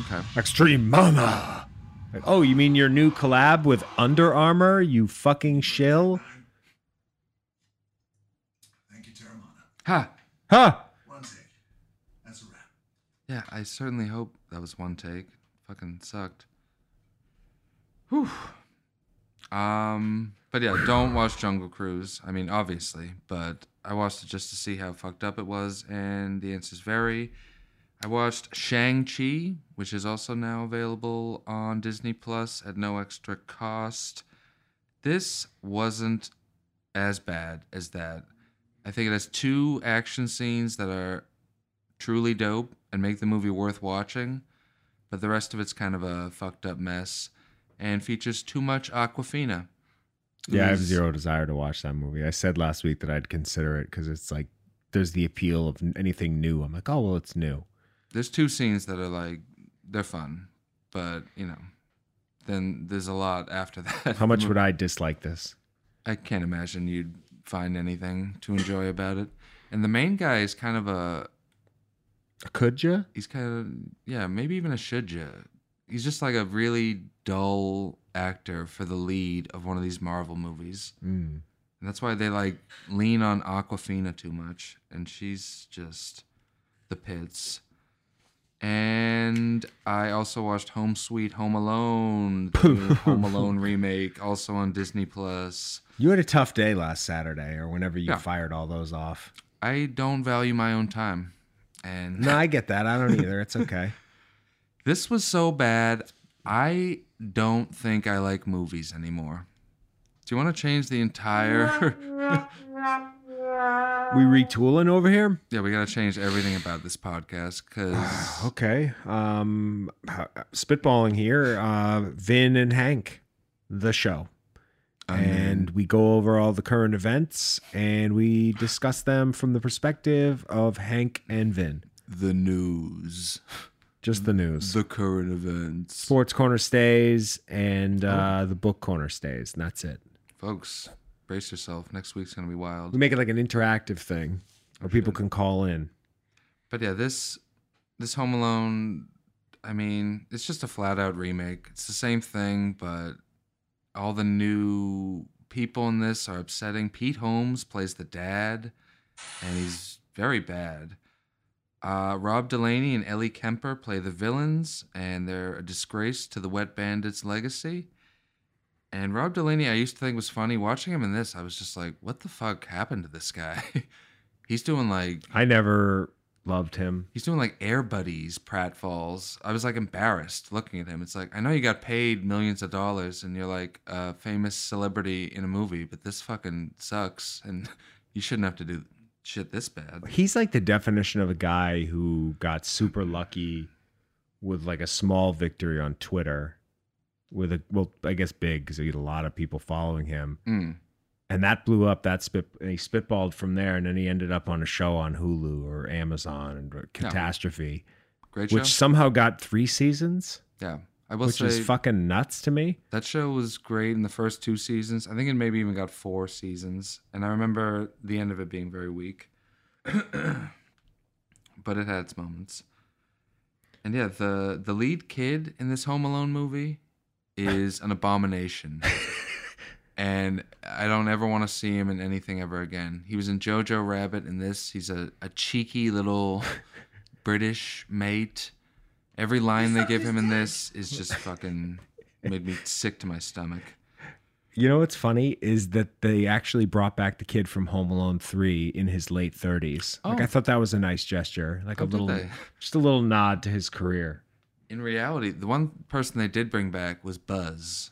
S4: Okay.
S6: Extreme Mama. Like, oh, you mean your new collab with Under Armour? You fucking shill.
S4: Ha!
S6: Huh?
S4: Yeah, I certainly hope that was one take. Fucking sucked. Whew. Um, but yeah, don't watch Jungle Cruise. I mean, obviously, but I watched it just to see how fucked up it was, and the answers vary. I watched Shang-Chi, which is also now available on Disney Plus at no extra cost. This wasn't as bad as that. I think it has two action scenes that are truly dope and make the movie worth watching, but the rest of it's kind of a fucked up mess and features too much Aquafina.
S6: Yeah, I have
S4: Who's-
S6: zero desire to watch that movie. I said last week that I'd consider it because it's like there's the appeal of n- anything new. I'm like, oh well, it's new.
S4: There's two scenes that are like they're fun, but you know, then there's a lot after that.
S6: How much would I dislike this?
S4: I can't imagine you'd find anything to enjoy about it. And the main guy is kind of a
S6: Could you?
S4: he's kind of yeah maybe even a should you he's just like a really dull actor for the lead of one of these marvel movies
S6: Mm.
S4: and that's why they like lean on aquafina too much and she's just the pits and i also watched home sweet home alone the new home alone remake also on disney plus
S6: You had a tough day last Saturday, or whenever you
S4: Yeah.
S6: fired all those off.
S4: i don't value my own time and
S6: No, I get that. I don't either. It's okay.
S4: This was so bad. I don't think I like movies anymore. Do you want to change the entire?
S6: we retooling over here.
S4: yeah, we got to change everything about this podcast because
S6: Okay. Um, spitballing here. Uh, Vin and Hank, the show. Mm-hmm. and we go over all the current events and we discuss them from the perspective of Hank and Vin.
S4: the news,
S6: Just the news.
S4: the current events,
S6: Sports corner stays and uh, the book corner stays. And that's it.
S4: folks. Brace yourself. Next week's gonna be
S6: We
S4: wild.
S6: make it like an interactive thing where people can call in.
S4: But yeah, this this Home Alone. I mean, it's just a flat out remake. It's the same thing, but all the new people in this are upsetting. Pete Holmes plays the dad, and he's very bad. Uh, Rob Delaney and Ellie Kemper play the villains, and they're a disgrace to the Wet Bandits' legacy. And Rob Delaney, I used to think was funny. Watching him in this, I was just like, what the fuck happened to this guy? he's doing like
S6: I never loved him.
S4: He's doing like air buddies pratfalls. I was like embarrassed looking at him. It's like I know you got paid millions of dollars and you're like a famous celebrity in a movie, but this fucking sucks and you shouldn't have to do shit this bad.
S6: He's like the definition of a guy who got super lucky with like a small victory on Twitter. With a well, I guess big because he had a lot of people following him.
S4: Mm.
S6: and that blew up that spit and he spitballed from there and then he ended up on a show on hulu or amazon and or catastrophe
S4: Great
S6: which
S4: show.
S6: somehow got three seasons
S4: Yeah. I will
S6: which
S4: say
S6: is fucking nuts to me
S4: That show was great in the first two seasons. I think it maybe even got four seasons. And I remember the end of it being very weak. but it had its moments. And yeah, the the lead kid in this Home Alone movie is an abomination. and I don't ever want to see him in anything ever again. He was in Jojo Rabbit in this. He's a, a cheeky little British mate. Every line they give him in this is just fucking made me sick to my stomach.
S6: you know what's funny is that they actually brought back the kid from home alone 3 in his late 30s like
S4: Oh.
S6: i thought that was a nice gesture like
S4: Oh,
S6: a
S4: did
S6: little
S4: they?
S6: just a little nod to his career
S4: In reality, the one person they did bring back was Buzz,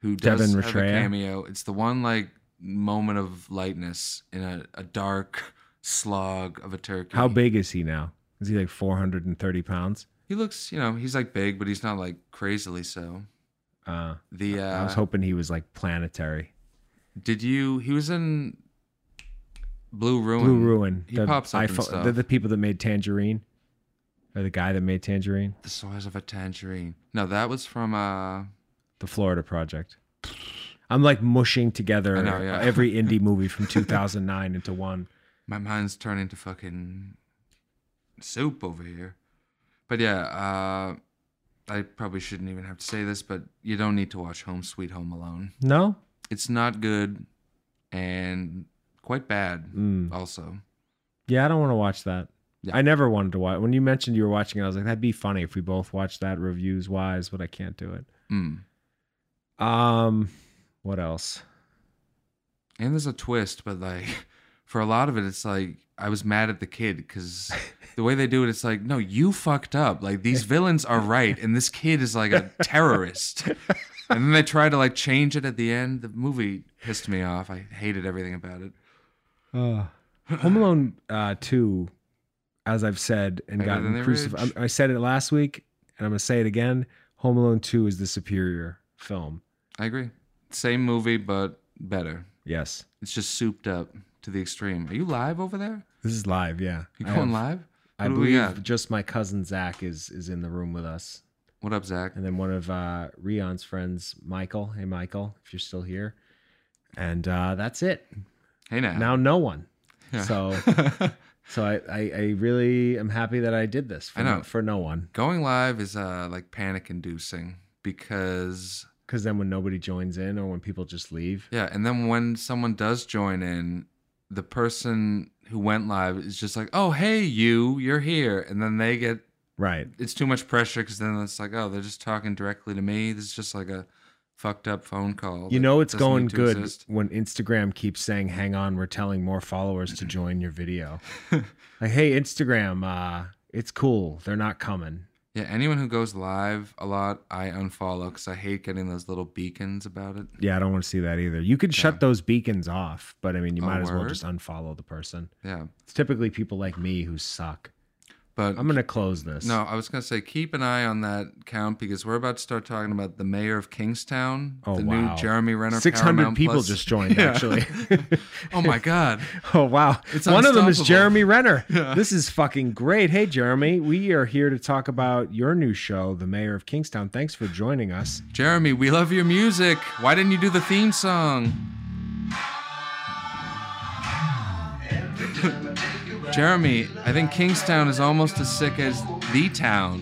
S4: who does
S6: Devin
S4: have
S6: Rattray.
S4: a cameo. It's the one like moment of lightness in a, a dark slog of a turkey.
S6: how big is he now is he like 430 pounds
S4: He looks, you know, he's like big, but he's not like crazily so.
S6: uh,
S4: The uh,
S6: i was hoping he was like planetary
S4: did you? He was in Blue Ruin.
S6: Blue Ruin.
S4: He pops up and
S6: iPhone-
S4: stuff.
S6: They're the people that made Tangerine, or the guy that made Tangerine,
S4: The size of a tangerine. No, that was from uh.
S6: the Florida Project. I'm like mushing together
S4: I know, yeah.
S6: every indie movie from 2009 into one.
S4: My mind's turning to fucking soup over here. But yeah, uh, I probably shouldn't even have to say this, but you don't need to watch Home Sweet Home Alone.
S6: No,
S4: It's not good and quite bad,
S6: Mm.
S4: also.
S6: yeah, I don't want to watch that.
S4: Yeah.
S6: I never wanted to watch. When you mentioned you were watching it, I was like, that'd be funny if we both watched that reviews wise, but I can't do it.
S4: Mm.
S6: Um, what else?
S4: And there's a twist, but like for a lot of it, it's like I was mad at the kid because the way they do it, it's like, no, you fucked up. Like these villains are right, and this kid is like a terrorist. and then they try to like change it at the end. The movie pissed me off. I hated everything about it.
S6: Uh, Home Alone uh, 2, as I've said and
S4: Better than
S6: gotten
S4: the
S6: crucified.
S4: Ridge.
S6: I, I said it last week, and I'm going to say it again Home Alone 2 is the superior film.
S4: I agree. Same movie, but better.
S6: Yes.
S4: It's just souped up to the extreme. Are you live over there?
S6: This is live, yeah.
S4: You
S6: I
S4: going
S6: have-
S4: live?
S6: I
S4: Who do we
S6: believe
S4: got?
S6: just my cousin Zach is is in the room with us.
S4: What up, Zach?
S6: And then one of uh Rion's friends, Michael. Hey Michael, if you're still here. And uh that's it.
S4: Hey now.
S6: Now no one.
S4: Yeah.
S6: So so I, I I really am happy that I did this for
S4: I know.
S6: no- for no one.
S4: Going live is uh like panic inducing because
S6: Because then when nobody joins in or when people just leave,
S4: yeah, and then when someone does join in, the person who went live is just like, "Oh, hey you, you're here." And then they get
S6: right.
S4: it's too much pressure cuz then it's like, "Oh, they're just talking directly to me. This is just like a fucked up phone call."
S6: You
S4: that
S6: know it's
S4: doesn't
S6: going
S4: need to
S6: good
S4: exist.
S6: when Instagram keeps saying, "Hang on, we're telling more followers to join your video." like, hey, Instagram, uh, it's cool. They're not coming.
S4: Yeah, anyone who goes live a lot, I unfollow cuz I hate getting those little beacons about it.
S6: Yeah, I don't want to see that either. You could shut those beacons off, but I mean, you
S4: Oh,
S6: might as well
S4: word?
S6: just unfollow the person.
S4: Yeah.
S6: It's typically people like me who suck.
S4: But
S6: I'm gonna close this.
S4: No, I was going to say keep an eye on that count because we're about to start talking about the mayor of Kingstown,
S6: Oh,
S4: the
S6: wow.
S4: new Jeremy Renner.
S6: 600
S4: Paramount
S6: people
S4: Plus-
S6: just joined,
S4: Yeah.
S6: actually.
S4: oh my god.
S6: Oh wow!
S4: It's
S6: One of them is
S4: unstoppable.
S6: Jeremy Renner. This is fucking great. Hey Jeremy, we are here to talk about your new show, The Mayor of Kingstown. Thanks for joining us.
S4: Jeremy, we love your music. Why didn't you do the theme song? Jeremy, I think Kingstown is almost as sick as The Town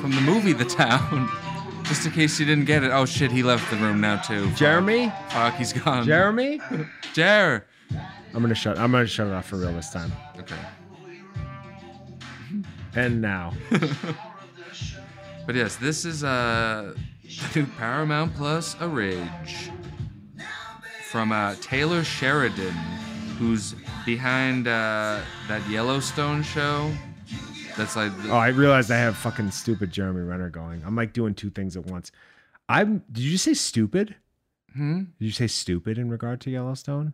S4: from the movie The Town. Just in case you didn't get it. Oh shit, he left the room now too. Fuck.
S6: Jeremy,
S4: Fuck, he's gone.
S6: Jeremy,
S4: Jer.
S6: I'm gonna shut. I'm gonna shut it off for real this time.
S4: Okay.
S6: And now,
S4: But yes, this is uh, the new Paramount Plus A Ridge from uh, Taylor Sheridan, who's behind uh, that Yellowstone show. That's like the-
S6: oh, I realized I have fucking stupid Jeremy Renner going. I'm like doing two things at once. I'm. Did you say stupid?
S4: hmm?
S6: Did you say stupid in regard to Yellowstone?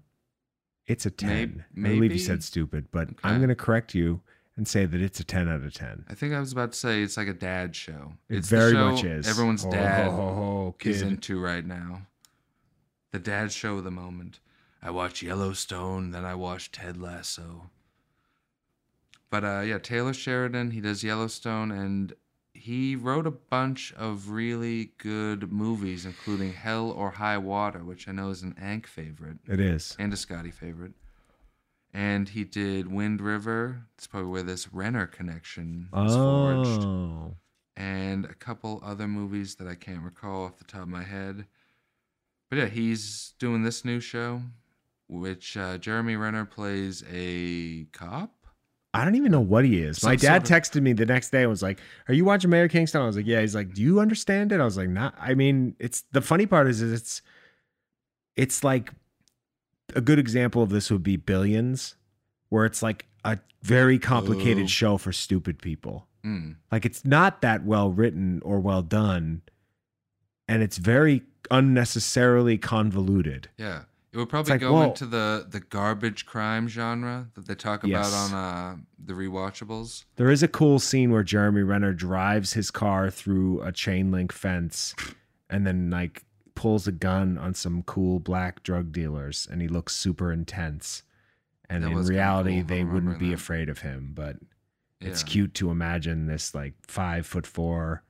S6: It's a ten.
S4: May-
S6: I believe you
S4: maybe?
S6: said stupid, but I'm
S4: Okay.
S6: gonna correct you and say that it's a ten out of ten.
S4: I think I was about to say it's like a dad show.
S6: It
S4: It's the
S6: very
S4: show
S6: much is.
S4: Everyone's
S6: Oh,
S4: dad
S6: ho, ho, ho,
S4: is
S6: kid.
S4: into right now. The dad show of the moment. I watch Yellowstone, then I watch Ted Lasso. But uh, yeah, Taylor Sheridan, he does Yellowstone, and he wrote a bunch of really good movies, including Hell or High Water, which I know is an Ank favorite
S6: It is.
S4: and a Scotty favorite. And he did Wind River. That's probably where this Renner connection is forged
S6: Oh,
S4: and a couple other movies that I can't recall off the top of my head. But yeah, he's doing this new show, which uh, Jeremy Renner plays a cop.
S6: I don't even know what he is. My
S4: Some sort
S6: dad
S4: of-
S6: texted me the next day and was like, "Are you watching Mayor of Kingstown?" I was like, "Yeah." He's like, "Do you understand it?" I was like, "Not." I mean, it's the funny part is, is it's it's like a good example of this would be Billions, where it's like a very complicated
S4: Oh.
S6: show for stupid people.
S4: Mm.
S6: Like it's not that well written or well done, and it's very unnecessarily convoluted.
S4: Yeah, it would probably
S6: like,
S4: go
S6: well-
S4: into the the garbage crime genre that they talk
S6: Yes.
S4: about on uh, the rewatchables.
S6: There is a cool scene where Jeremy Renner drives his car through a chain link fence and then like pulls a gun on some cool black drug dealers and he looks super intense. And
S4: That
S6: in
S4: was kinda
S6: reality,
S4: cool. I
S6: they
S4: remember
S6: wouldn't be
S4: that.
S6: afraid of him, but it's
S4: Yeah.
S6: cute to imagine this like five foot four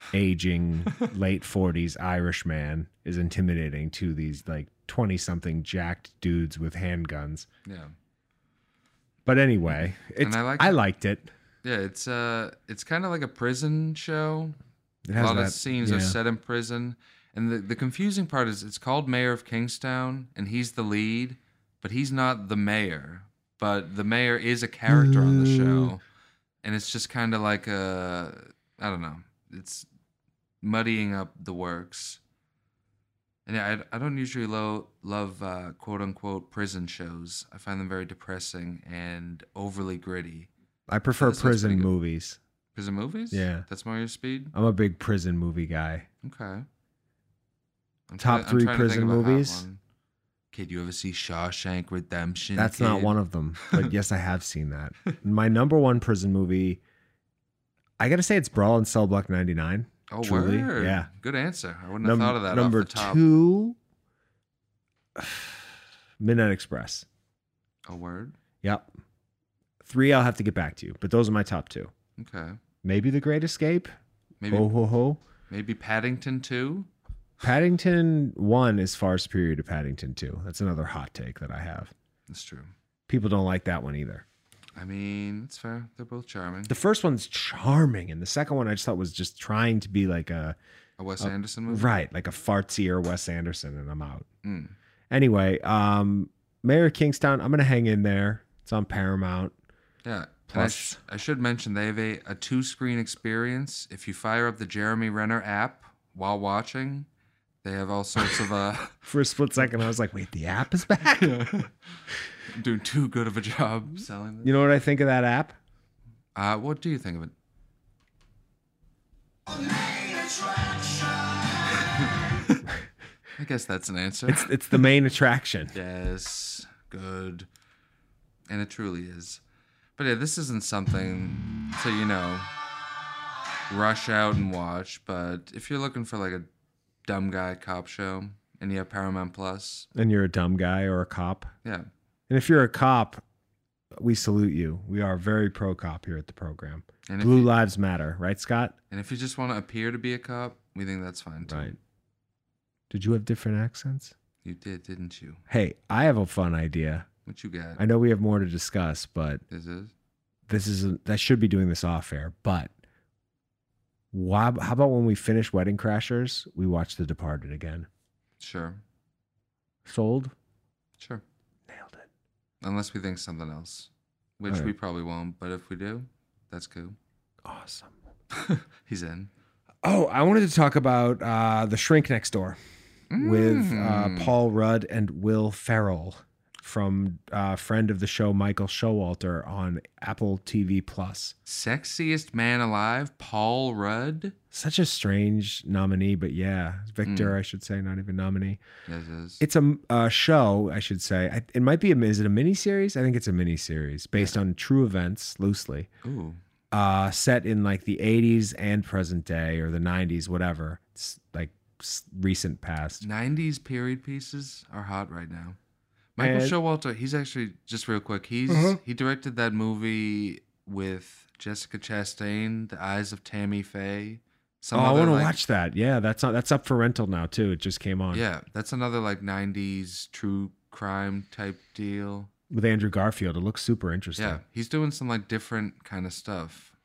S6: aging late 40s Irish man is intimidating to these like 20 something jacked dudes with handguns.
S4: Yeah,
S6: But anyway, it's,
S4: I
S6: I,
S4: liked it.
S6: liked it.
S4: yeah, it's uh, it's kind of like a prison show.
S6: It
S4: a
S6: has
S4: lot
S6: that-
S4: of scenes are
S6: yeah.
S4: set in prison. And the, the confusing part is it's called Mayor of Kingstown, and he's the lead, but he's not the mayor. But the mayor is a character on the
S6: Mm.
S4: show. And it's just kind of like a, I don't know, it's muddying up the works. And yeah, I, I don't usually lo- love uh, quote unquote prison shows. I find them very depressing and overly gritty.
S6: I prefer
S4: this looks pretty
S6: prison
S4: good.
S6: movies.
S4: Prison movies?
S6: Yeah.
S4: That's more your speed?
S6: I'm a big prison movie guy.
S4: Okay. I'm
S6: Top
S4: try- I'm
S6: three
S4: trying to think
S6: prison
S4: of a hot
S6: movies?
S4: one. Kid, you ever see Shawshank Redemption?
S6: That's not
S4: kid?
S6: one of them, but yes, I have seen that. My number one prison movie. I gotta say it's Brawl and Cell Block 99.
S4: Oh,
S6: truly.
S4: word.
S6: Yeah.
S4: Good answer. I wouldn't
S6: Num-
S4: have thought of that
S6: number
S4: off the top.
S6: two, Midnight Express.
S4: A word.
S6: Yep. Three, I'll have to get back to you, but those are my top two.
S4: Okay.
S6: Maybe The Great Escape. Oh,
S4: Maybe
S6: Ho ho ho.
S4: maybe Paddington two.
S6: Paddington one is far superior to Paddington two. That's another hot take that I have.
S4: That's true.
S6: People don't like that one either.
S4: I mean, that's fair. They're both charming.
S6: The first one's charming, and the second one I just thought was just trying to be like a
S4: A Wes Anderson movie.
S6: uh, right, like a fartsier Wes Anderson, and I'm out.
S4: Mm.
S6: Anyway, um, Mayor of Kingstown, I'm gonna hang in there. It's on Paramount.
S4: Yeah. And I,
S6: Plus-
S4: sh- I should mention they have a, a two screen experience. If you fire up the Jeremy Renner app while watching, they have all sorts of uh
S6: For a split second, I was like, wait, the app is back.
S4: doing too good of a job selling this.
S6: You know what I think of that app?
S4: Uh, what do you think of it? I guess that's an answer.
S6: It's it's the main attraction.
S4: yes, good, and it truly is. But yeah, this isn't something to you know rush out and watch. But if you're looking for like a dumb guy cop show, and you have Paramount Plus,
S6: And you're a dumb guy or a cop.
S4: yeah,
S6: And if you're a cop, we salute you. We are very pro cop here at the program.
S4: and if
S6: Blue
S4: you,
S6: Lives Matter, right, Scott?
S4: and if you just want to appear to be a cop, we think that's fine too.
S6: Right. Did you have different accents?
S4: You did, didn't you?
S6: Hey, I have a fun idea.
S4: What you got?
S6: I know we have more to discuss, but
S4: This is
S6: this is that should be doing this off air. But why, how about when we finish Wedding Crashers, we watch The Departed again?
S4: sure,
S6: Sold.
S4: sure.
S6: Nailed it.
S4: Unless we think something else, which
S6: All
S4: we
S6: right.
S4: probably won't. But if we do, that's cool.
S6: Awesome.
S4: He's in.
S6: Oh, I wanted to talk about uh, the Shrink Next Door with uh, Paul Rudd and Will Ferrell from uh, friend of the show Michael Showalter on Apple TV Plus.
S4: Sexiest man alive, Paul Rudd.
S6: Such a strange nominee, but yeah,
S4: Hmm.
S6: Victor, I should say, not even nominee.
S4: This is.
S6: It's a, uh show, I should say. I, it might be a is it a mini series? I think it's a mini series based on true events loosely.
S4: Ooh,
S6: uh, set in like the 80s and present day or the 90s, whatever. It's like s- recent past.
S4: '90s period pieces are hot right now. Michael
S6: And- Mm-hmm.
S4: Showalter. He's actually just real quick. He's he directed that movie with Jessica Chastain, The Eyes of Tammy Faye. Some
S6: oh, I
S4: other,
S6: want to
S4: like-
S6: watch that. Yeah, that's not, that's up for rental now too. It just came on.
S4: Yeah, that's another like '90s true crime type deal.
S6: with Andrew Garfield. It looks super interesting.
S4: Yeah, he's doing some like different kind of stuff.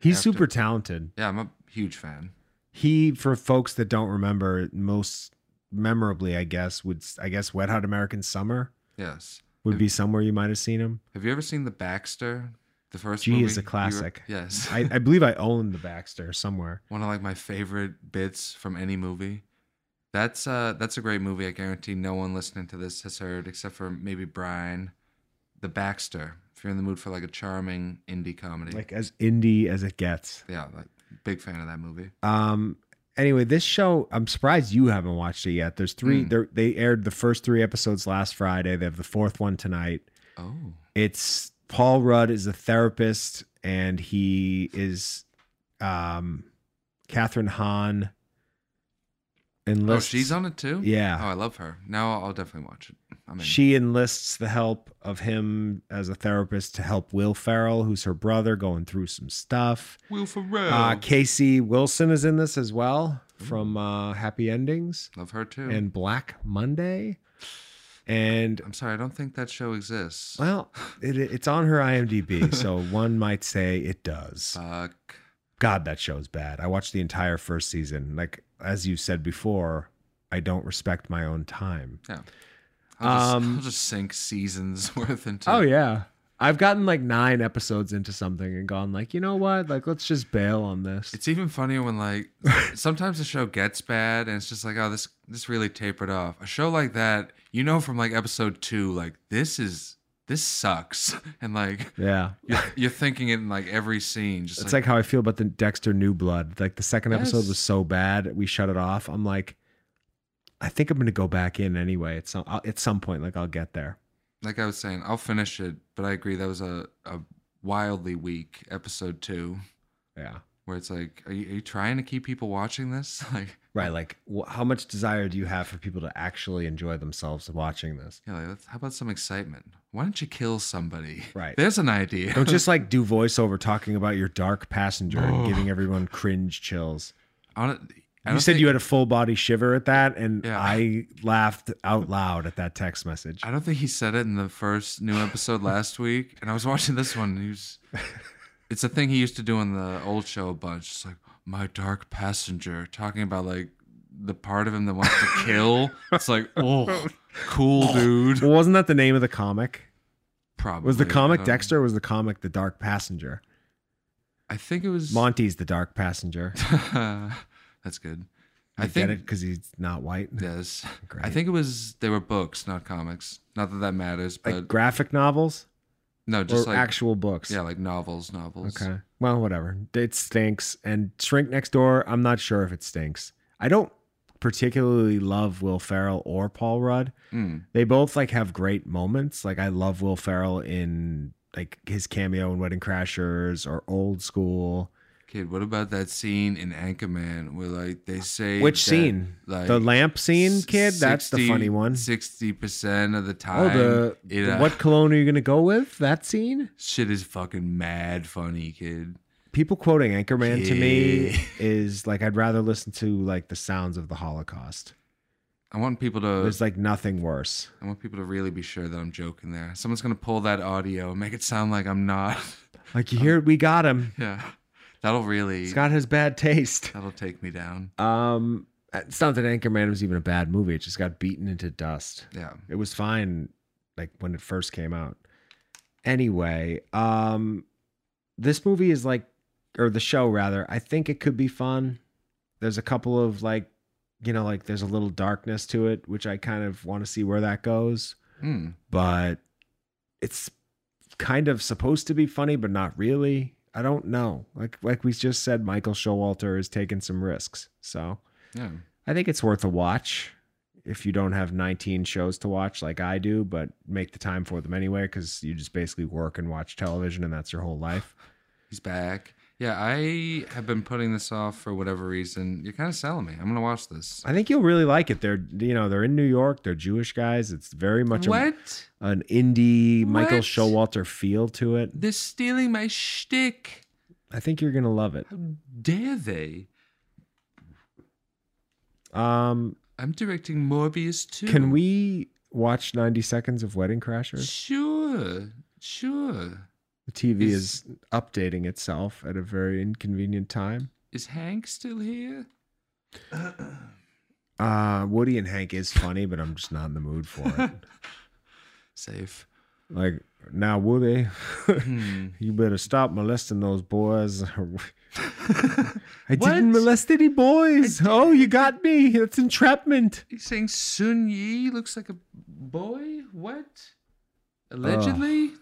S6: he's
S4: After-
S6: super talented.
S4: Yeah, I'm a huge fan.
S6: He, for folks that don't remember, most memorably, I guess, would I guess Wet Hot American Summer
S4: Yes.
S6: would be somewhere you might have seen him.
S4: Have you ever seen The Baxter? The first
S6: Gee,
S4: movie?
S6: it's a
S4: You were-
S6: classic.
S4: yes.
S6: I, I believe I own the Baxter somewhere.
S4: One of like my favorite bits from any movie. That's uh that's a great movie. I guarantee no one listening to this has heard except for maybe Brian. The Baxter. If you're in the mood for like a charming indie comedy.
S6: Like as indie as it gets.
S4: yeah, like big fan of that movie.
S6: Um. Anyway, this show, I'm surprised you haven't watched it yet. There's three.
S4: Mm.
S6: they're- They aired the first three episodes last Friday. They have the fourth one tonight.
S4: Oh.
S6: It's Paul Rudd is a therapist, and he is, um, Catherine Hahn.
S4: Oh,
S6: Enlists,
S4: she's on it too?
S6: Yeah.
S4: Oh, I love her. Now I'll- I'll definitely watch it. I mean
S6: She enlists the help of him as a therapist to help Will Farrell, who's her brother, going through some stuff.
S4: Will Ferrell.
S6: Uh, Casey Wilson is in this as well from uh, Happy Endings.
S4: love her too.
S6: and Black Monday. And
S4: I'm sorry, I don't think that show exists.
S6: well, it, it's on her IMDb, so one might say it does.
S4: Fuck.
S6: God, that show's bad. I watched the entire first season. Like as you said before, I don't respect my own time.
S4: Yeah. I'll just,
S6: Um,
S4: I'll just sink seasons worth into.
S6: Oh yeah. I've gotten like nine episodes into something and gone like, you know what? Like, let's just bail on this.
S4: It's even funnier when like sometimes the show gets bad and it's just like oh this this really tapered off. A show like that, you know from like episode 2 like this is this sucks and like
S6: yeah,
S4: you're, you're thinking it in like every scene just
S6: it's like how I feel about the Dexter New Blood. Like the second episode
S4: Yes.
S6: was so bad, we shut it off. I'm like, I think I'm gonna go back in anyway. At some I'll, at some point, like I'll get there.
S4: like I was saying, I'll finish it, but I agree that was a a wildly weak episode 2.
S6: Yeah.
S4: where it's like, are you, are you trying to keep people watching this? Like,
S6: Right. Like, wh- how much desire do you have for people to actually enjoy themselves watching this?
S4: yeah, like, let's, how about some excitement? Why don't you kill somebody?
S6: Right.
S4: There's an idea.
S6: Don't just like do voiceover talking about your dark passenger and giving everyone cringe chills.
S4: I don't- I
S6: You
S4: don't
S6: said
S4: think-
S6: you had a full body shiver at that, and
S4: Yeah.
S6: I laughed out loud at that text message.
S4: I don't think he said it in the first new episode last week, and I was watching this one. And he was, it's a thing he used to do on the old show a bunch. It's like my dark passenger, talking about like the part of him that wants to kill. It's like, oh, cool dude.
S6: Well, wasn't that the name of the comic?
S4: Probably
S6: Was the comic
S4: um,
S6: Dexter or was the comic The Dark Passenger?
S4: I think it was.
S6: Monty's The Dark Passenger.
S4: That's good.
S6: I
S4: I
S6: get
S4: think Uh,
S6: it because he's not white.
S4: yes. I
S6: Great.
S4: think it was. They were books, not comics. Not that that matters, but
S6: Like graphic novels
S4: no, just
S6: or
S4: like
S6: actual books.
S4: yeah, like novels, novels.
S6: Okay. Well, whatever. It stinks. And Shrink Next Door, I'm not sure if it stinks. I don't particularly love Will Ferrell or Paul Rudd.
S4: Mm.
S6: They both like have great moments. Like I love Will Ferrell in like his cameo in Wedding Crashers or Old School.
S4: Kid, what about that scene in Anchorman where like they say
S6: Which
S4: that,
S6: scene? the lamp scene,
S4: s-
S6: kid? That's the
S4: 60
S6: funny one.
S4: Sixty percent of the time,
S6: Oh, the,
S4: it,
S6: the-
S4: uh,
S6: what cologne are you gonna go with? That scene?
S4: shit is fucking mad funny, kid.
S6: People quoting Anchorman to me
S4: Yeah.
S6: is like I'd rather listen to like the sounds of the Holocaust.
S4: I want people to.
S6: There's like nothing worse.
S4: I want people to really be sure that I'm joking there. Someone's gonna pull that audio, and make it sound like I'm not.
S6: Like you hear, we got him.
S4: yeah, that'll really.
S6: Scott has bad taste.
S4: That'll take me down.
S6: Um, it's not that Anchorman was even a bad movie. It just got beaten into dust.
S4: Yeah.
S6: It was fine, like when it first came out. Anyway, um, this movie is like, or the show rather. I think it could be fun. There's a couple of like, you know, like there's a little darkness to it, which I kind of want to see where that goes.
S4: Mm.
S6: but it's kind of supposed to be funny, but not really. I don't know. Like like we just said, Michael Showalter is taking some risks. So
S4: Yeah.
S6: I think it's worth a watch if you don't have 19 shows to watch like I do, but make the time for them anyway because you just basically work and watch television and that's your whole life.
S4: He's back. Yeah, I have been putting this off for whatever reason. You're kind of selling me. I'm gonna watch this.
S6: I think you'll really like it. They're you know they're in New York. They're Jewish guys. It's very much a-
S4: What?
S6: an indie Michael
S4: What?
S6: Showalter feel to it.
S4: They're stealing my shtick.
S6: I think you're gonna love it.
S4: Dare they?
S6: Um,
S4: I'm directing Morbius too.
S6: Can we watch 90 seconds of Wedding Crashers?
S4: Sure, sure.
S6: The TV is,
S4: Is-
S6: updating itself at a very inconvenient time.
S4: Is Hank still here?
S6: Uh, Woody and Hank is funny, but I'm just not in the mood for it.
S4: Safe.
S6: like, now, Woody,
S4: Hmm.
S6: you better stop molesting those boys. I didn't
S4: What?
S6: molest any boys. Oh, you got me. That's entrapment.
S4: He's saying Sun Yi looks like a boy. What? Allegedly.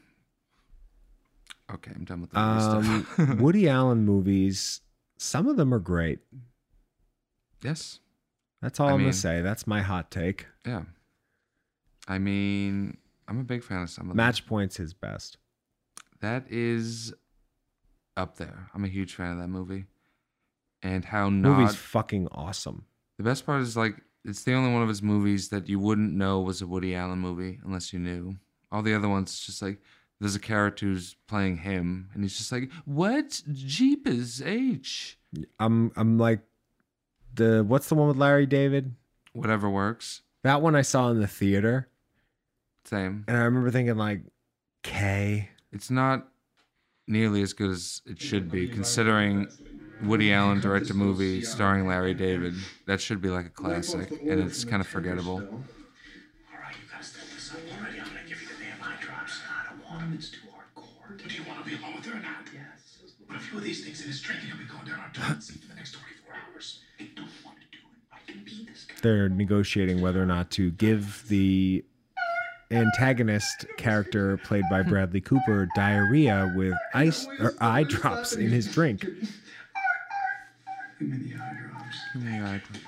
S4: Okay, I'm done with the
S6: Um,
S4: stuff.
S6: Woody Allen movies, some of them are great.
S4: yes.
S6: That's all I
S4: I
S6: am going
S4: mean-
S6: to say. That's my hot take.
S4: Yeah. I mean, I'm a big fan of some of them.
S6: Match Point's his best.
S4: That is up there. I'm a huge fan of that movie. And how not
S6: Movie's fucking awesome.
S4: The best part is like it's the only one of his movies that you wouldn't know was a Woody Allen movie unless you knew. All the other ones, it's just like there's a character who's playing him, and he's just like, "What Jeepers H?"
S6: I'm I'm like the what's the one with Larry David?
S4: Whatever works.
S6: That one I saw in the theater,
S4: Same.
S6: and I remember thinking like, "K,
S4: It's not nearly as good as it should be, considering Woody Allen directed a movie starring Larry David. That should be like a classic, and it's kind of forgettable.
S2: Alright, you guys done this up already. I'm gonna give you the damn eye drops. I don't want them. It's too hardcore. But do you want to be alone with her or not? Yes. But a few of these things in this drink are gonna be going down our toilet seat for the next 24 hours. I don't want to do it. I can beat this guy.
S6: they're negotiating whether or not to give the antagonist character played by Bradley Cooper diarrhea with ice or eye drops in his drink.
S2: Give me the eye drops.
S4: Yeah, I-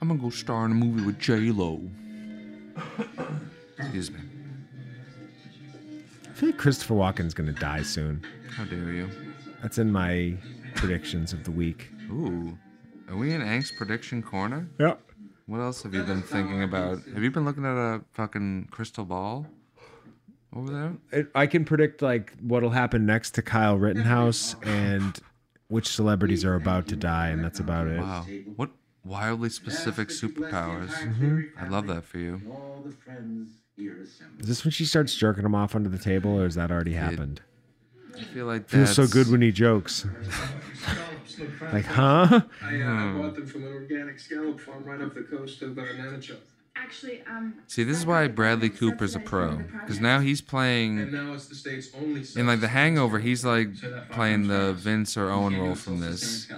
S4: I'm gonna go star in a movie with J Lo. Excuse me.
S6: I feel like Christopher Walken's gonna die soon.
S4: How dare you?
S6: That's in my predictions of the week.
S4: Ooh. Are we in angst prediction corner?
S5: Yeah.
S4: What else have you been thinking about? Have you been looking at a fucking crystal ball over there?
S6: It, I can predict like what'll happen next to Kyle Rittenhouse and which celebrities are about to die, and that's about it.
S4: Wow. What wildly specific superpowers. Mm-hmm. I love that for you.
S6: Is this when she starts jerking him off under the table, or has that already happened?
S4: I feel like
S6: Feels
S4: that's
S6: so good when he jokes. like, huh?
S11: I, uh, I bought them from an organic scallop farm right off the coast of uh, Nanachuk.
S12: Actually, um,
S4: See, this is why Bradley Cooper's a pro, because now he's
S11: And
S4: playing
S11: now it's the state's only.
S4: in like The Hangover. He's like playing the Vince or Owen role from this,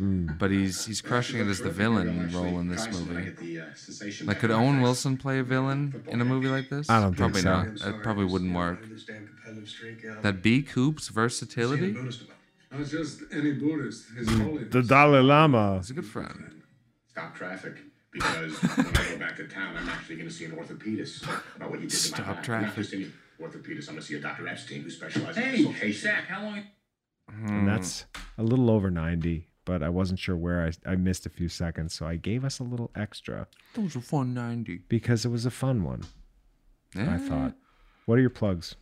S6: Mm.
S4: but he's he's crushing it as the villain role in this movie.
S11: uh,
S4: Like, could Owen Wilson play a villain in a movie like this?
S6: I don't think
S4: probably
S6: so.
S4: not. That probably wouldn't work. That B Coop's versatility.
S11: I was just any Buddhist. His holiness.
S6: The Dalai Lama.
S4: He's a good friend.
S2: Stop traffic. Because when I go back to town, I'm actually going to see an orthopedist about what you did to
S4: Stop
S2: my back.
S4: traffic.
S2: Not just any orthopedist. I'm going to see a Dr. Epstein who specializes in
S9: Hey,
S2: dislocation.
S9: Zach, how long?
S6: And that's a little over 90, but I wasn't sure where I, I missed a few seconds, so I gave us a little extra
S4: That was a fun ninety.
S6: because it was a fun one,
S4: Yeah.
S6: I thought. What are your plugs?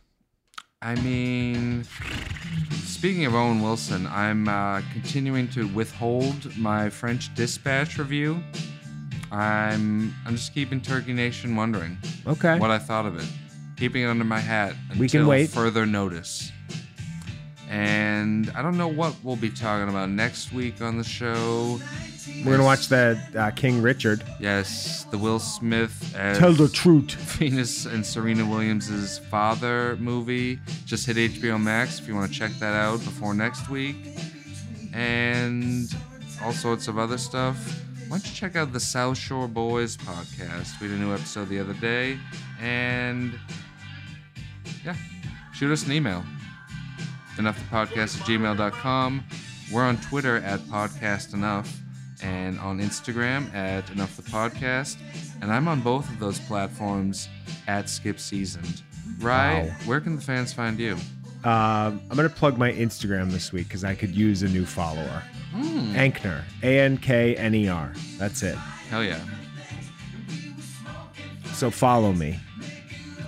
S4: I mean, speaking of Owen Wilson, I'm uh, continuing to withhold my French Dispatch review. I'm I'm just keeping Turkey Nation wondering
S6: Okay.
S4: what I thought of it, keeping it under my hat until
S6: We can wait.
S4: further notice. And I don't know what we'll be talking about next week on the show.
S6: We're going to watch that uh, King Richard.
S4: Yes, the Will Smith as
S6: truth.
S4: Venus and Serena Williams' father movie. Just hit HBO Max if you want to check that out before next week. And all sorts of other stuff. Why don't you check out the South Shore Boys podcast? We had a new episode the other day. And yeah, shoot us an email. Enoughthepodcast at gmail.com. We're on Twitter at Podcast Enough and on Instagram at Enough the Podcast. And I'm on both of those platforms at Skip Seasoned. Right?
S6: Wow.
S4: Where can the fans find you?
S6: Um, I'm going to plug my Instagram this week because I could use a new follower. Ankner. A N K N E R. That's it.
S4: Hell yeah.
S6: So follow me,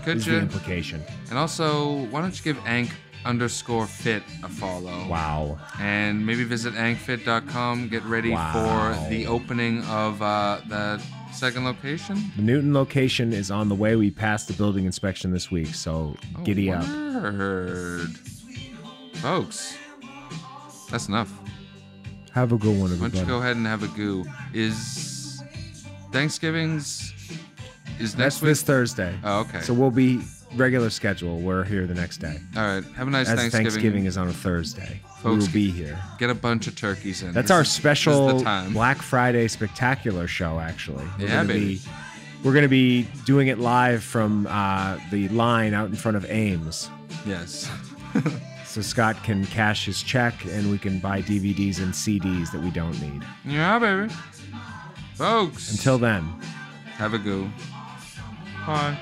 S4: Could
S6: is the
S4: you?
S6: implication.
S4: And also, why don't you give Ank underscore fit a follow?
S6: Wow.
S4: And maybe visit ankfit.com. Get ready
S6: Wow.
S4: for the opening of uh, the second location.
S6: The Newton location is on the way. We passed the building inspection this week, so giddy up.
S4: Oh, Word. Folks, that's enough.
S6: Have a good one,
S4: Why don't
S6: everybody.
S4: you go ahead and have a goo? Is Thanksgiving's is next
S6: That's this
S4: week?
S6: Thursday.
S4: Oh, okay.
S6: So we'll be regular schedule. We're here the next day.
S4: All right. Have a nice
S6: As Thanksgiving,
S4: Thanksgiving.
S6: is on a Thursday, we
S4: Folks,
S6: will be here.
S4: Get a bunch of turkeys in.
S6: That's
S4: This
S6: our
S4: is- this is
S6: special
S4: the time.
S6: Black Friday Spectacular show, actually. We're
S4: Yeah,
S6: gonna
S4: baby.
S6: Be, we're going to be doing it live from uh, the line out in front of Ames.
S4: Yes.
S6: So Scott can cash his check and we can buy DVDs and CDs that we don't need.
S4: Yeah, baby. Folks.
S6: Until then.
S4: have a goo. Bye.